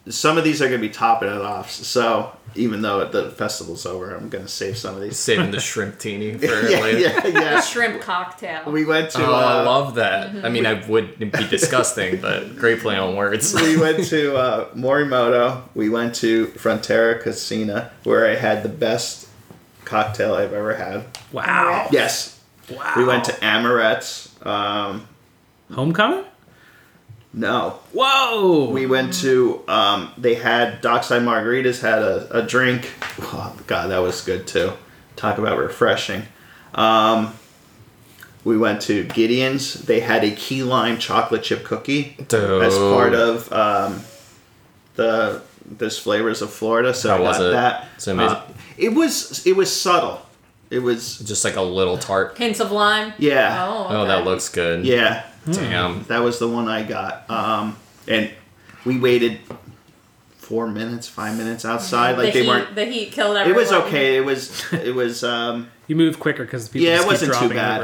some of these are going to be topping it off. So even though the festival's over, I'm going to save some [laughs] of these. Saving the shrimp teeny for [laughs] yeah, later. yeah, [laughs] yeah. Shrimp cocktail. We went to Oh, I uh, love that. I mean, I would it'd be disgusting, but great play on words. [laughs] [laughs] we went to uh, Morimoto. We went to Frontera Casina, where I had the best cocktail I've ever had. Wow. Yes, Wow. we went to Amaret's. Um, homecoming. no, Whoa. we went to. Um, they had Dockside Margaritas had a, a drink. Oh God, that was good too. Talk about refreshing. Um, we went to Gideon's. They had a key lime chocolate chip cookie. Dope. as part of um, the this flavors of Florida. So How I was got it? that. It's amazing. Uh, it was it was subtle. It was just like a little tart. Hints of lime. yeah Oh, Oh, okay. that looks good. yeah Damn. that was the one I got. Um, and we waited four minutes, five minutes outside. Like the they heat, weren't. The heat killed It everyone. was okay. It was it was um, you move quicker because people. yeah. just It keep wasn't too dropping bad.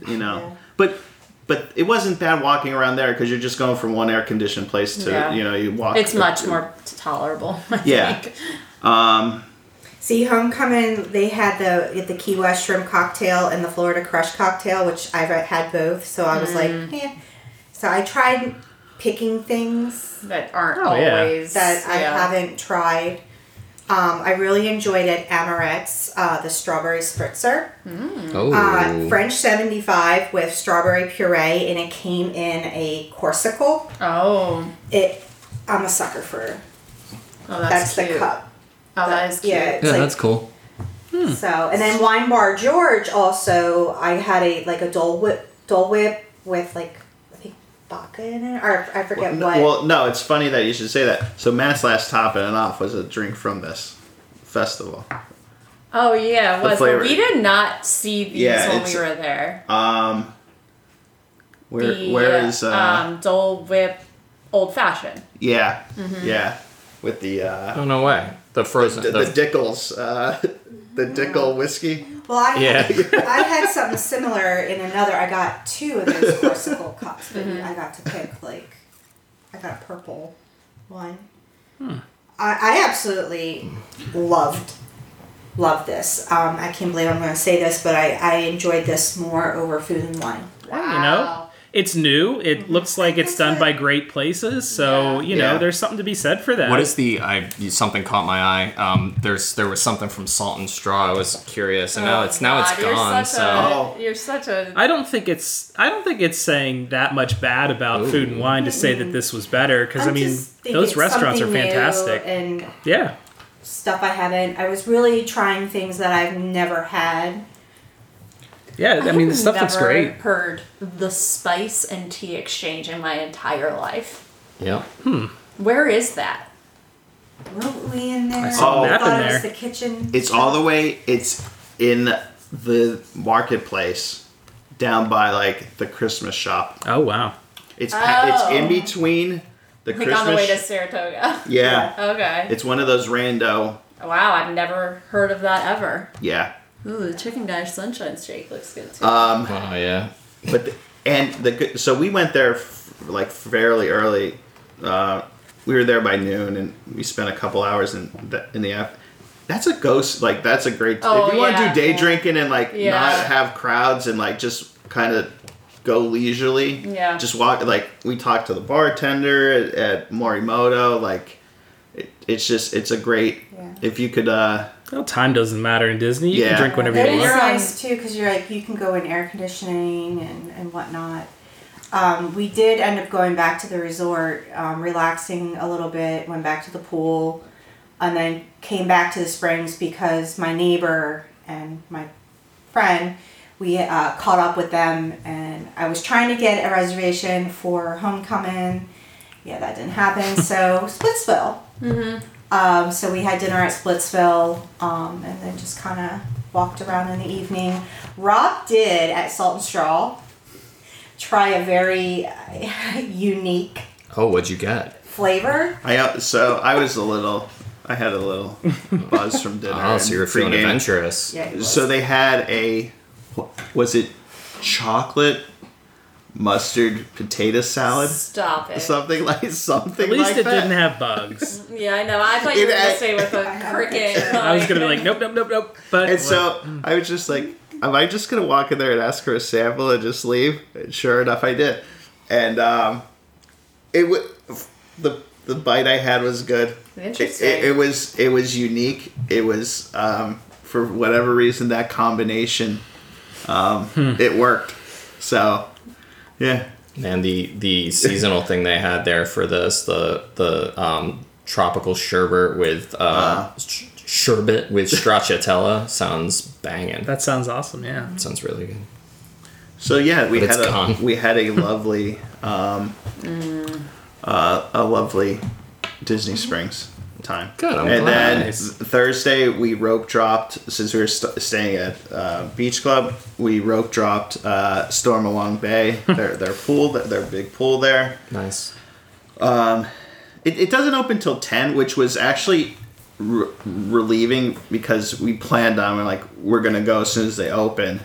Over. You know, Yeah. but but it wasn't bad walking around there because you're just going from one air conditioned place to Yeah. you know you walk. It's much more tolerable. I Yeah. think. See, homecoming they had the the Key West shrimp cocktail and the Florida crush cocktail, which I've had both. So I was Mm. like, eh. So I tried picking things that aren't Oh, yeah. always that I yeah. haven't tried. Um, I really enjoyed it. Amaret's uh, the strawberry spritzer, Oh, uh, French seventy five with strawberry puree, and it came in a corsicle. Oh, It, I'm a sucker for. oh, That's, that's, the cute. cup. Oh, that is cute. Yeah, it's yeah, like- that's cool. So, and then Wine Bar George also, I had a like a Dole Whip, Dole Whip with like I think vodka in it, or I forget No, what. Well, no, it's funny that you should say that. So Matt's last top in and off was a drink from this festival. Oh yeah, it The was flavor. we did not see these Yeah, when it's- we were there. Um, where The, where is uh, um, Dole Whip Old Fashioned? yeah mm-hmm. yeah with the uh, Oh no way. The frozen. the, the Dickles uh, [laughs] the Dickel whiskey. well, [laughs] I had, Yeah. I had something similar in another. I got two [laughs] of those Corsical cups. but I got to pick like I got a purple one. I, I absolutely loved loved this. Um, I can't believe I'm going to say this, but I, I enjoyed this more over food and wine. you know it's new Mhm. it looks like it's done [laughs] by great places so you know Yeah. there's something to be said for that What is the? I something caught my eye. Um, there's there was something from Salt and Straw. I was curious, and now it's now it's Oh, God, you're gone. such So Oh. a, you're such a I don't think it's I don't think it's saying that much bad about Ooh. food and wine to say that this was better because I I'm mean just thinking those restaurants are something new fantastic. and yeah, stuff I haven't. I was really trying things that I've never had. yeah. I mean the [laughs] stuff looks never great. Heard the spice and tea exchange in my entire life. yeah. Where is that? Weren't we in there? I saw a map thought in it was there. the kitchen. It's all the way. It's in the marketplace down by like the Christmas shop. Oh wow. It's pa- Oh. it's in between the Like Christmas. on the way to Saratoga. [laughs] yeah. okay. It's one of those rando. wow, I've never heard of that ever. Yeah. Ooh, the chicken dash sunshine shake looks good too. Um, Oh yeah. but the, and the good- so we went there f- like fairly early. Uh, we were there by noon, and we spent a couple hours in the, in the app. That's a ghost. Like that's a great. Oh, if you want to yeah. do day drinking and like Yeah. not have crowds and like just kind of go leisurely. Yeah. Just walk. Like we talked to the bartender at, at Morimoto. Like it, it's just it's a great. Yeah. If you could. uh Well, time doesn't matter in Disney. You Yeah. can drink whenever It you is want. You're on- nice too because you're like you can go in air conditioning and and whatnot. Um, we did end up going back to the resort, um, relaxing a little bit, went back to the pool, and then came back to the springs because my neighbor and my friend we uh, caught up with them, and I was trying to get a reservation for homecoming. Yeah, that didn't happen. so Splitsville. Um, so we had dinner at Splitsville um, and then just kind of walked around in the evening. Rob did at Salt and Straw try a very [laughs] uh, unique Oh, what'd you get? flavor. I uh, so I was a little. I had [laughs] a little buzz from dinner. Oh, so and you're feeling pregame. adventurous. Yeah, he was. So they had a, was it chocolate mustard potato salad? Stop it. Something like something At least like it that. didn't have bugs. yeah, I know. I thought you It were going act- to say with [laughs] I a have a cricket. picture. I was gonna be [laughs] like, nope, nope, nope, nope. But and so I was just like, am I just gonna walk in there and ask for a sample and just leave? And sure enough, I did. And um, it would the the bite I had was good. Interesting. It, it, it was it was unique. It was um, for whatever reason that combination, um, it worked. So, yeah. And the the seasonal thing they had there for this the the um, tropical sherbet with uh, sh- sherbet with stracciatella sounds banging. That that sounds awesome. Yeah. sounds really good. So yeah, we But it's had a gone. we [laughs] had a lovely um, uh, a lovely Disney Springs time. Good, I'm and glad. then Nice. Thursday we rope dropped since we were st- staying at uh, Beach Club. We rope dropped uh, Storm Along Bay, their their pool, their, their big pool there. Nice. It, it doesn't open till 10, which was actually re- relieving because we planned on, we're like, we're going to go as soon as they open,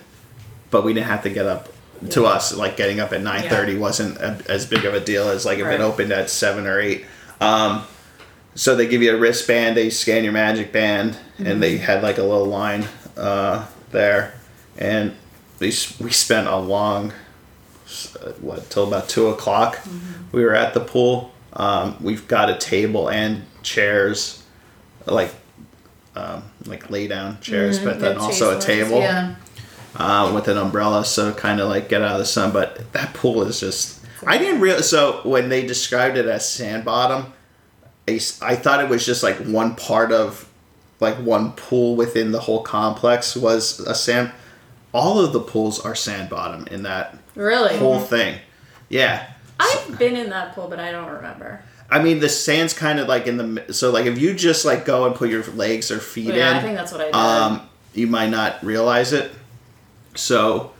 but we didn't have to get up to us like getting up at 9.30 wasn't a, as big of a deal as like if Right. it opened at 7 or 8 um, so they give you a wristband they scan your magic band and they had like a little line uh, there and we, s- we spent a long s- uh, what till about 2 o'clock we were at the pool um, we've got a table and chairs like um, like lay down chairs but then yeah, also a chairs, table yeah. uh, with an umbrella, so kind of like get out of the sun. But that pool is just. I didn't real so when they described it as sand bottom, I, s- I thought it was just like one part of, like one pool within the whole complex was a sand. All of the pools are sand bottom in that Really? whole thing. Yeah, I've been in that pool, but I don't remember. I mean the sand's kind of like in the mi- so like if you just like go and put your legs or feet Oh, Yeah, in, I think that's what I did. um, you might not realize it. So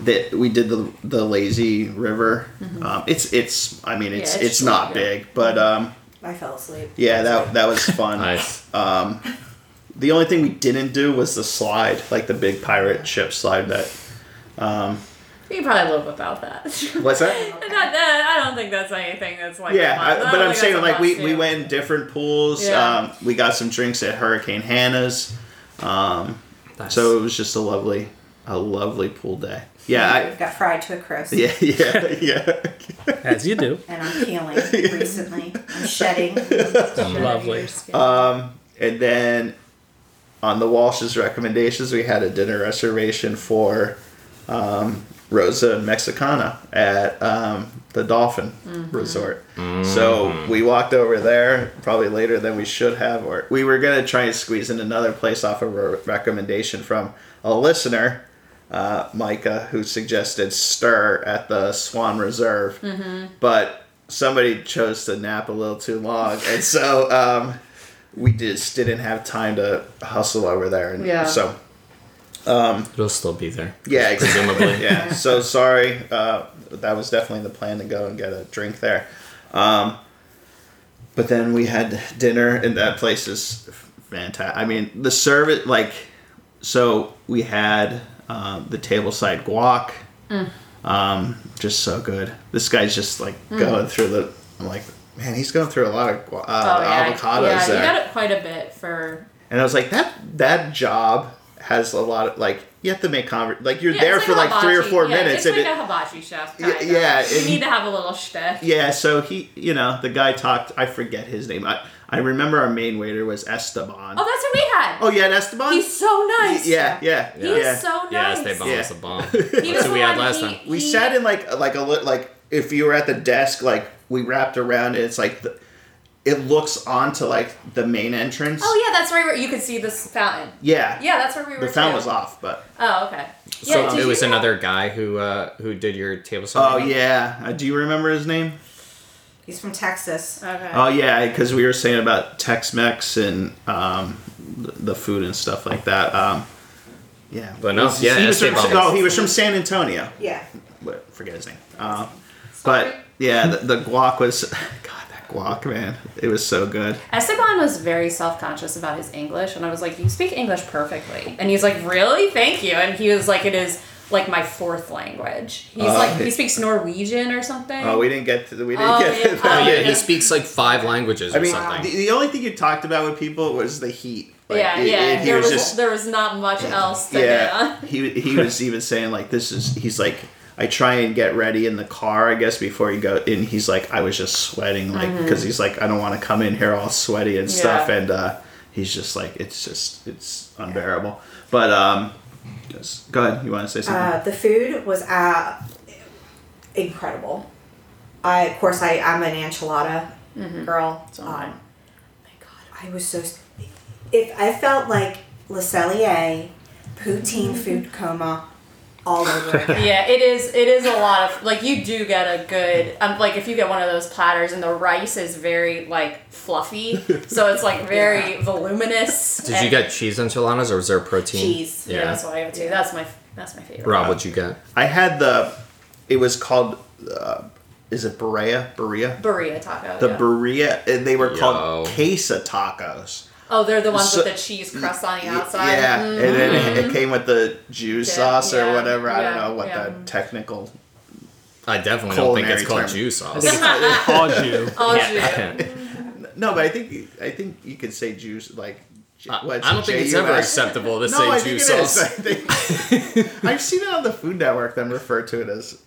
that we did the the lazy river. Um, it's it's I mean it's Mm-hmm. Yeah, it's, it's not really big, but um, I fell asleep. yeah that that was fun. Nice. The only thing we didn't do was the slide, like the big pirate ship slide. That you probably live without that. [laughs] what's that? Not that- I don't think that's anything that's like. Yeah, a must- I, but don't I'm think saying that's a like we, must we do. went in different pools. Yeah. Um, we got some drinks at Hurricane Hannah's. Um, So it was just a lovely a lovely pool day. Yeah, I, Got fried to a crisp. yeah, [laughs] yeah, yeah. as you do. And I'm [laughs] healing recently. I'm shedding. Lovely. Uh, And then on the Walsh's recommendations, we had a dinner reservation for um, Rosa Mexicana at um, the Dolphin Resort. So we walked over there probably later than we should have, or we were going to try and squeeze in another place off of a recommendation from a listener. Uh, Micah, who suggested Stir at the Swan Reserve, but somebody chose to nap a little too long, and so um, we just didn't have time to hustle over there and Yeah. so It'll still be there. yeah exactly. Presumably. [laughs] yeah so sorry uh, that was definitely the plan to go and get a drink there um, but then we had dinner and that place is fantastic i mean the service like so we had um, the tableside guac Mm. um, just so good this guy's just like Mm. going through the i'm like man he's going through a lot of guac, uh, Oh, yeah. avocados yeah, there you got it quite a bit for. and I was like, that that job has a lot of like you have to make conver like you're Yeah, there it's for a like three or hibachi. four yeah, minutes, It's like and a it, hibachi chef. Y- Kind yeah, Of. You and- need to have a little shtick. yeah. So he, you know, the guy talked. I forget his name. I I remember our main waiter was Esteban. Oh, that's what we had. Oh, yeah, and Esteban. He's so nice. yeah, yeah, He was yeah. so Yeah, Oh, nice. Esteban was a bomb. He was That's what the we had one- last he- time. we he- sat in like like a li- like if you were at the desk, like we wrapped around. And it's like the, it looks onto like the main entrance. Oh yeah, that's where we were, you could see this fountain. yeah, Yeah, that's where we were. The fountain too. was off, but Oh okay. Yeah, So did it you was know- another guy who uh, who did your table oh saw. yeah. Uh, do you remember his name? He's from Texas. Okay. Oh yeah, because we were saying about Tex-Mex and um, th- the food and stuff like that. Um, yeah, But no, He's- yeah, he was from, Esteban. oh, he was from San Antonio. Yeah. But forget his name. Uh, but yeah, the, the guac was, [laughs] God, that guac, man, it was so good. Esteban was very self conscious about his English, and I was like, You speak English perfectly. And he's like, Really? Thank you. And he was like, It is like my fourth language. He's Oh, like, okay. He speaks Norwegian or something. Oh, we didn't get to the, we didn't Oh, get yeah. to Oh, Oh that. yeah, he speaks like five languages or I mean, the, something. the only thing you talked about with people was the heat. Like, yeah, it- it- yeah. he There was was, just there was not much else to yeah yeah. he, he was even saying like this is he's like i try and get ready in the car i guess before you go and he's like i was just sweating like because he's like i don't want to come in here all sweaty and stuff Mm-hmm. Yeah. and uh he's just like it's just it's unbearable but um just, go ahead you want to say something Uh, the food was uh, incredible. I, of course, I, I'm an enchilada girl. Um, I was so. If I felt like Le Cellier, poutine food coma, all over [laughs] again. Yeah, it is. It is a lot of like you do get a good um, like if you get one of those platters and the rice is very like fluffy, [laughs] so it's like very voluminous. Did you and- get cheese enchiladas or was there protein? Cheese. Yeah, Yeah. that's what I got too. That's my that's my favorite. Rob, what'd you get? i had the it was called uh, is it berea berea Burrito taco. the yeah. berea and they were Yo. called queso tacos Oh, they're the ones So- with the cheese crust on the outside. Yeah, Mm. and then it- it came with the juice Yeah, sauce or yeah, whatever. I don't yeah, know what yeah. the technical. I definitely don't think it's Culinary called term. Jew I sauce. think it's called- All Jew. Oh, [laughs] Yeah. no, but I think you- I think you could say juice like. j- I, what's I don't think it's J U ever S? acceptable to [laughs] No, say I Jew think it is. sauce. I [laughs] think, I've seen it on the Food Network. Them refer to it as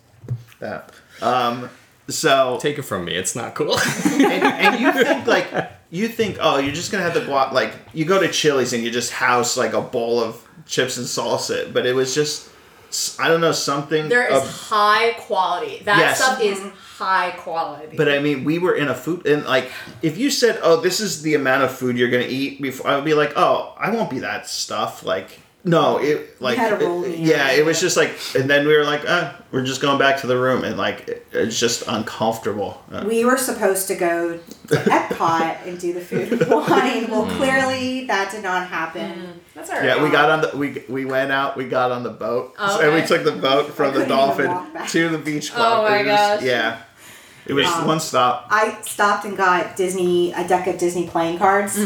that. Um, so Take it from me, it's not cool. [laughs] and, and you think like you think oh you're just gonna have the guac like you go to Chili's and you just house like a bowl of chips and salsa, but it was just s- I don't know something. There is ab- high quality. That Yes. stuff is high quality. but I mean, we were in a food, and like, if you said, "Oh, this is the amount of food you're gonna eat," before I would be like, "Oh, I won't be that stuff." Like, no, it like, had a it- roll in your yeah, eye. it was just like, and then we were like, uh, "We're just going back to the room," and like, it- it's just uncomfortable. Uh, We were supposed to go to Epcot and do the food and wine. Well, clearly that did not happen. That's all right. Yeah, we got on the we we went out. We got on the boat, Oh, and we okay. took the boat from the couldn't even walk dolphin back. to the beach club. Oh my It was- gosh. Yeah, it was Um, one stop. I stopped and got Disney a deck of Disney playing cards,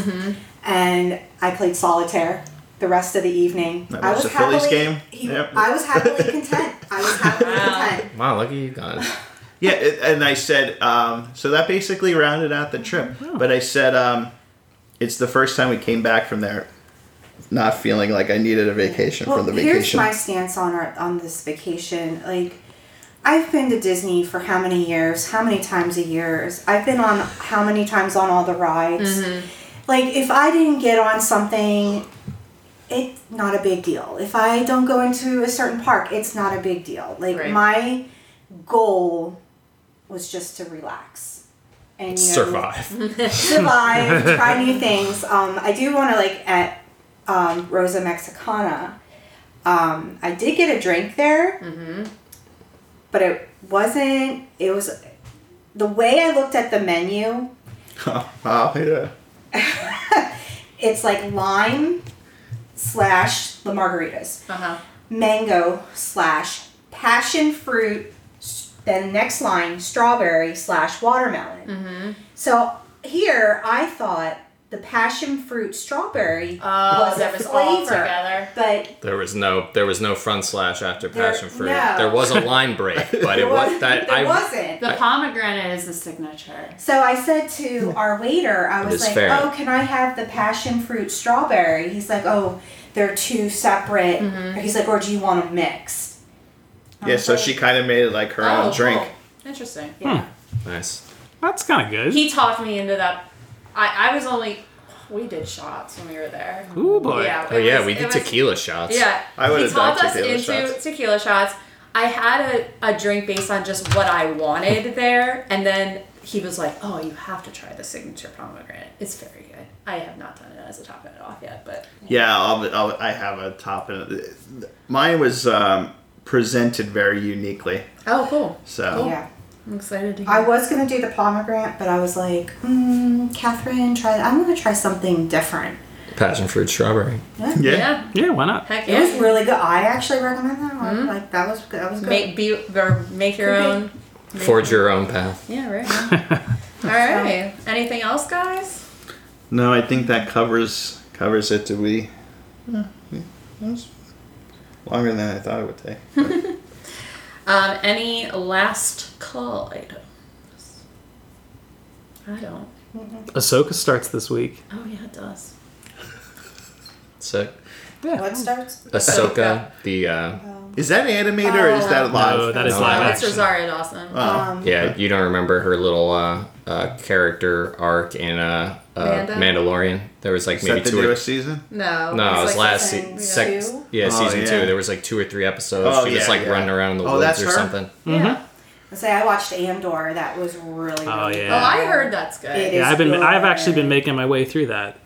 and I played solitaire the rest of the evening. That I was was the Phillies happily- game? he- Yep. I was happily content. I was happily Wow. content. wow, lucky you guys. Yeah, it- and I said, um, so that basically rounded out the trip. Oh, But I said, um, it's the first time we came back from there, not feeling like I needed a vacation Well, from the here's vacation. my stance on our, on this vacation. Like, I've been to Disney for how many years? How many times a year? I've been on how many times on all the rides? Like, if I didn't get on something, it's not a big deal. If I don't go into a certain park, it's not a big deal. Like, Right. my goal was just to relax and you know, Survive. [laughs] survive, try new things. Um, I do want to like at um, Rosa Mexicana. Um, I did get a drink there, but it wasn't. It was the way I looked at the menu. [laughs] oh, yeah. It's like lime slash the margaritas, Uh-huh. mango slash passion fruit. s- Then next line strawberry slash watermelon. Mm-hmm. So here I thought the passion fruit strawberry Oh, was that a was all flavor, together. but There was no there was no front slash after There- passion fruit. no. There was a [laughs] line break, but it there was wasn't- that there I wasn't. The pomegranate is the signature. So I said to our waiter, I was is like, fair. "Oh, can I have the passion fruit strawberry?" He's like, "Oh, they're two separate." Mm-hmm. He's like, "Or do you want them mixed?" I Yeah, was so like, she kind of made it like her Oh, own drink. cool. Interesting. nice. That's kind of good. He talked me into that. I, I was only. We did shots when we were there. Ooh boy. Yeah. Oh it yeah, was- we it did was- tequila shots. Yeah. I would've He talked done us tequila into shots. tequila shots. I had a, a drink based on just what I [laughs] wanted there, and then he was like, "Oh, you have to try the signature pomegranate. It's very good. I have not done it as a top it off yet, but Yeah, I'll, I'll, I have a top. In it. Mine was um, presented very uniquely. oh, cool. So Yeah, I'm excited to hear. I was gonna do the pomegranate, but I was like, mm, "Catherine, try. I'm gonna try something different." Passion fruit strawberry. yeah. yeah. Yeah, why not? Heck It was yeah. really good. I actually recommend that one. Like that was good. That was good. Mm-hmm. Make be or make your Could be. own. Forge your own path. Yeah. Right. [laughs] All right. Anything else, guys? No, I think that covers covers it. Do we? That was longer than I thought it would [laughs] take. Um, any last call items? I don't. Ahsoka starts this week. Oh yeah, it does. Sick. Yeah. what starts? Ahsoka, the uh Is that animated or is that Oh. live? No, that is No, live Oh, it's action. Rosario Dawson. Uh, Oh. Um, yeah, you don't remember her little uh, uh character arc in uh, uh Manda? Mandalorian. There was like is maybe that the two or newest season? no. No, it was Oh, like last season season. sec- two? yeah, Oh, season two. yeah. There was like two or three episodes. Oh, she was yeah, like yeah. running around in the Oh, woods that's or her? something. Mm-hmm. Yeah. Let's say I watched Andor. That was really. really Oh, good. Oh, I heard that's good. It is Yeah, I've been. good. I've actually been making my way through that.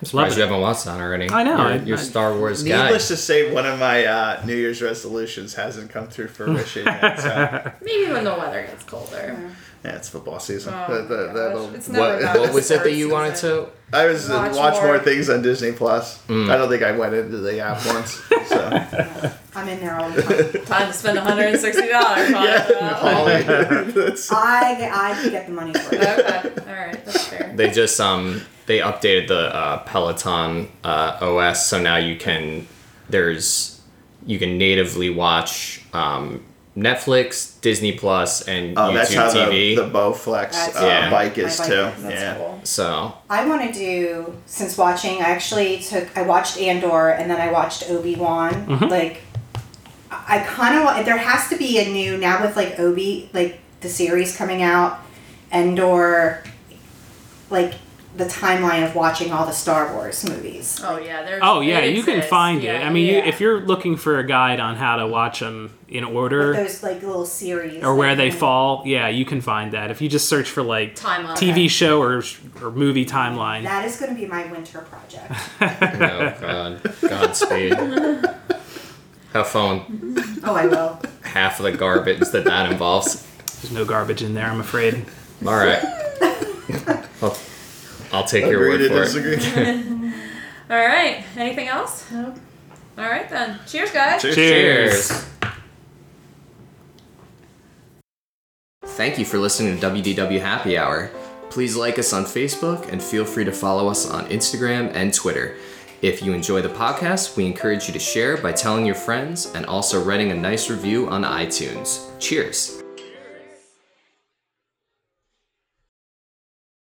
Just Surprised loving you it. haven't watched that already. I know, You're, I- you're I- Star Wars guy. Needless to say, one of my uh, New Year's resolutions hasn't come through fruition [laughs] yet. So, yeah, Maybe when the weather gets colder. it's football season. Oh, That- that- gosh. that'll- It's never What, about what the was it that sports, you is wanted it? to? I was uh, watch, Watch more. more. things on Disney Plus. Mm. I don't think I went into the app once. So I'm in there all the time. Time to spend $160. [laughs] yeah. Holly, [laughs] that's- I I could get the money for it. [laughs] [laughs] Okay. All right. That's fair. They just um they updated the uh, Peloton uh, OS, so now you can there's you can natively watch um, Netflix, Disney Plus, and Oh, YouTube that's how TV. the, the Bowflex That's- uh, Yeah. bike is My too. That's yeah. cool. so I want to do since watching. I actually took. I watched Andor and then I watched Obi Wan. Mm-hmm. Like, I kind of there has to be a new now with like Obi like the series coming out, Andor, like the timeline of watching all the Star Wars movies. Oh yeah, there's. Oh yeah, it you can exists. find it. Yeah, I mean, you, yeah. if you're looking for a guide on how to watch them in With order those like little series or where that they you- fall, yeah, you can find that. If you just search for like Timeline. TV show or or movie timeline. That is going to be my winter [laughs] project. oh god, Godspeed. Have fun. oh, I will. Half of the garbage that that involves. There's no garbage in there, I'm afraid. All right. I'll, I'll take your Agree word to for it. disagree. [laughs] All right. Anything else? No. All right then. Cheers, guys. Cheers. Thank you for listening to WDW Happy Hour. Please like us on Facebook and feel free to follow us on Instagram and Twitter. If you enjoy the podcast, we encourage you to share by telling your friends and also writing a nice review on iTunes. Cheers.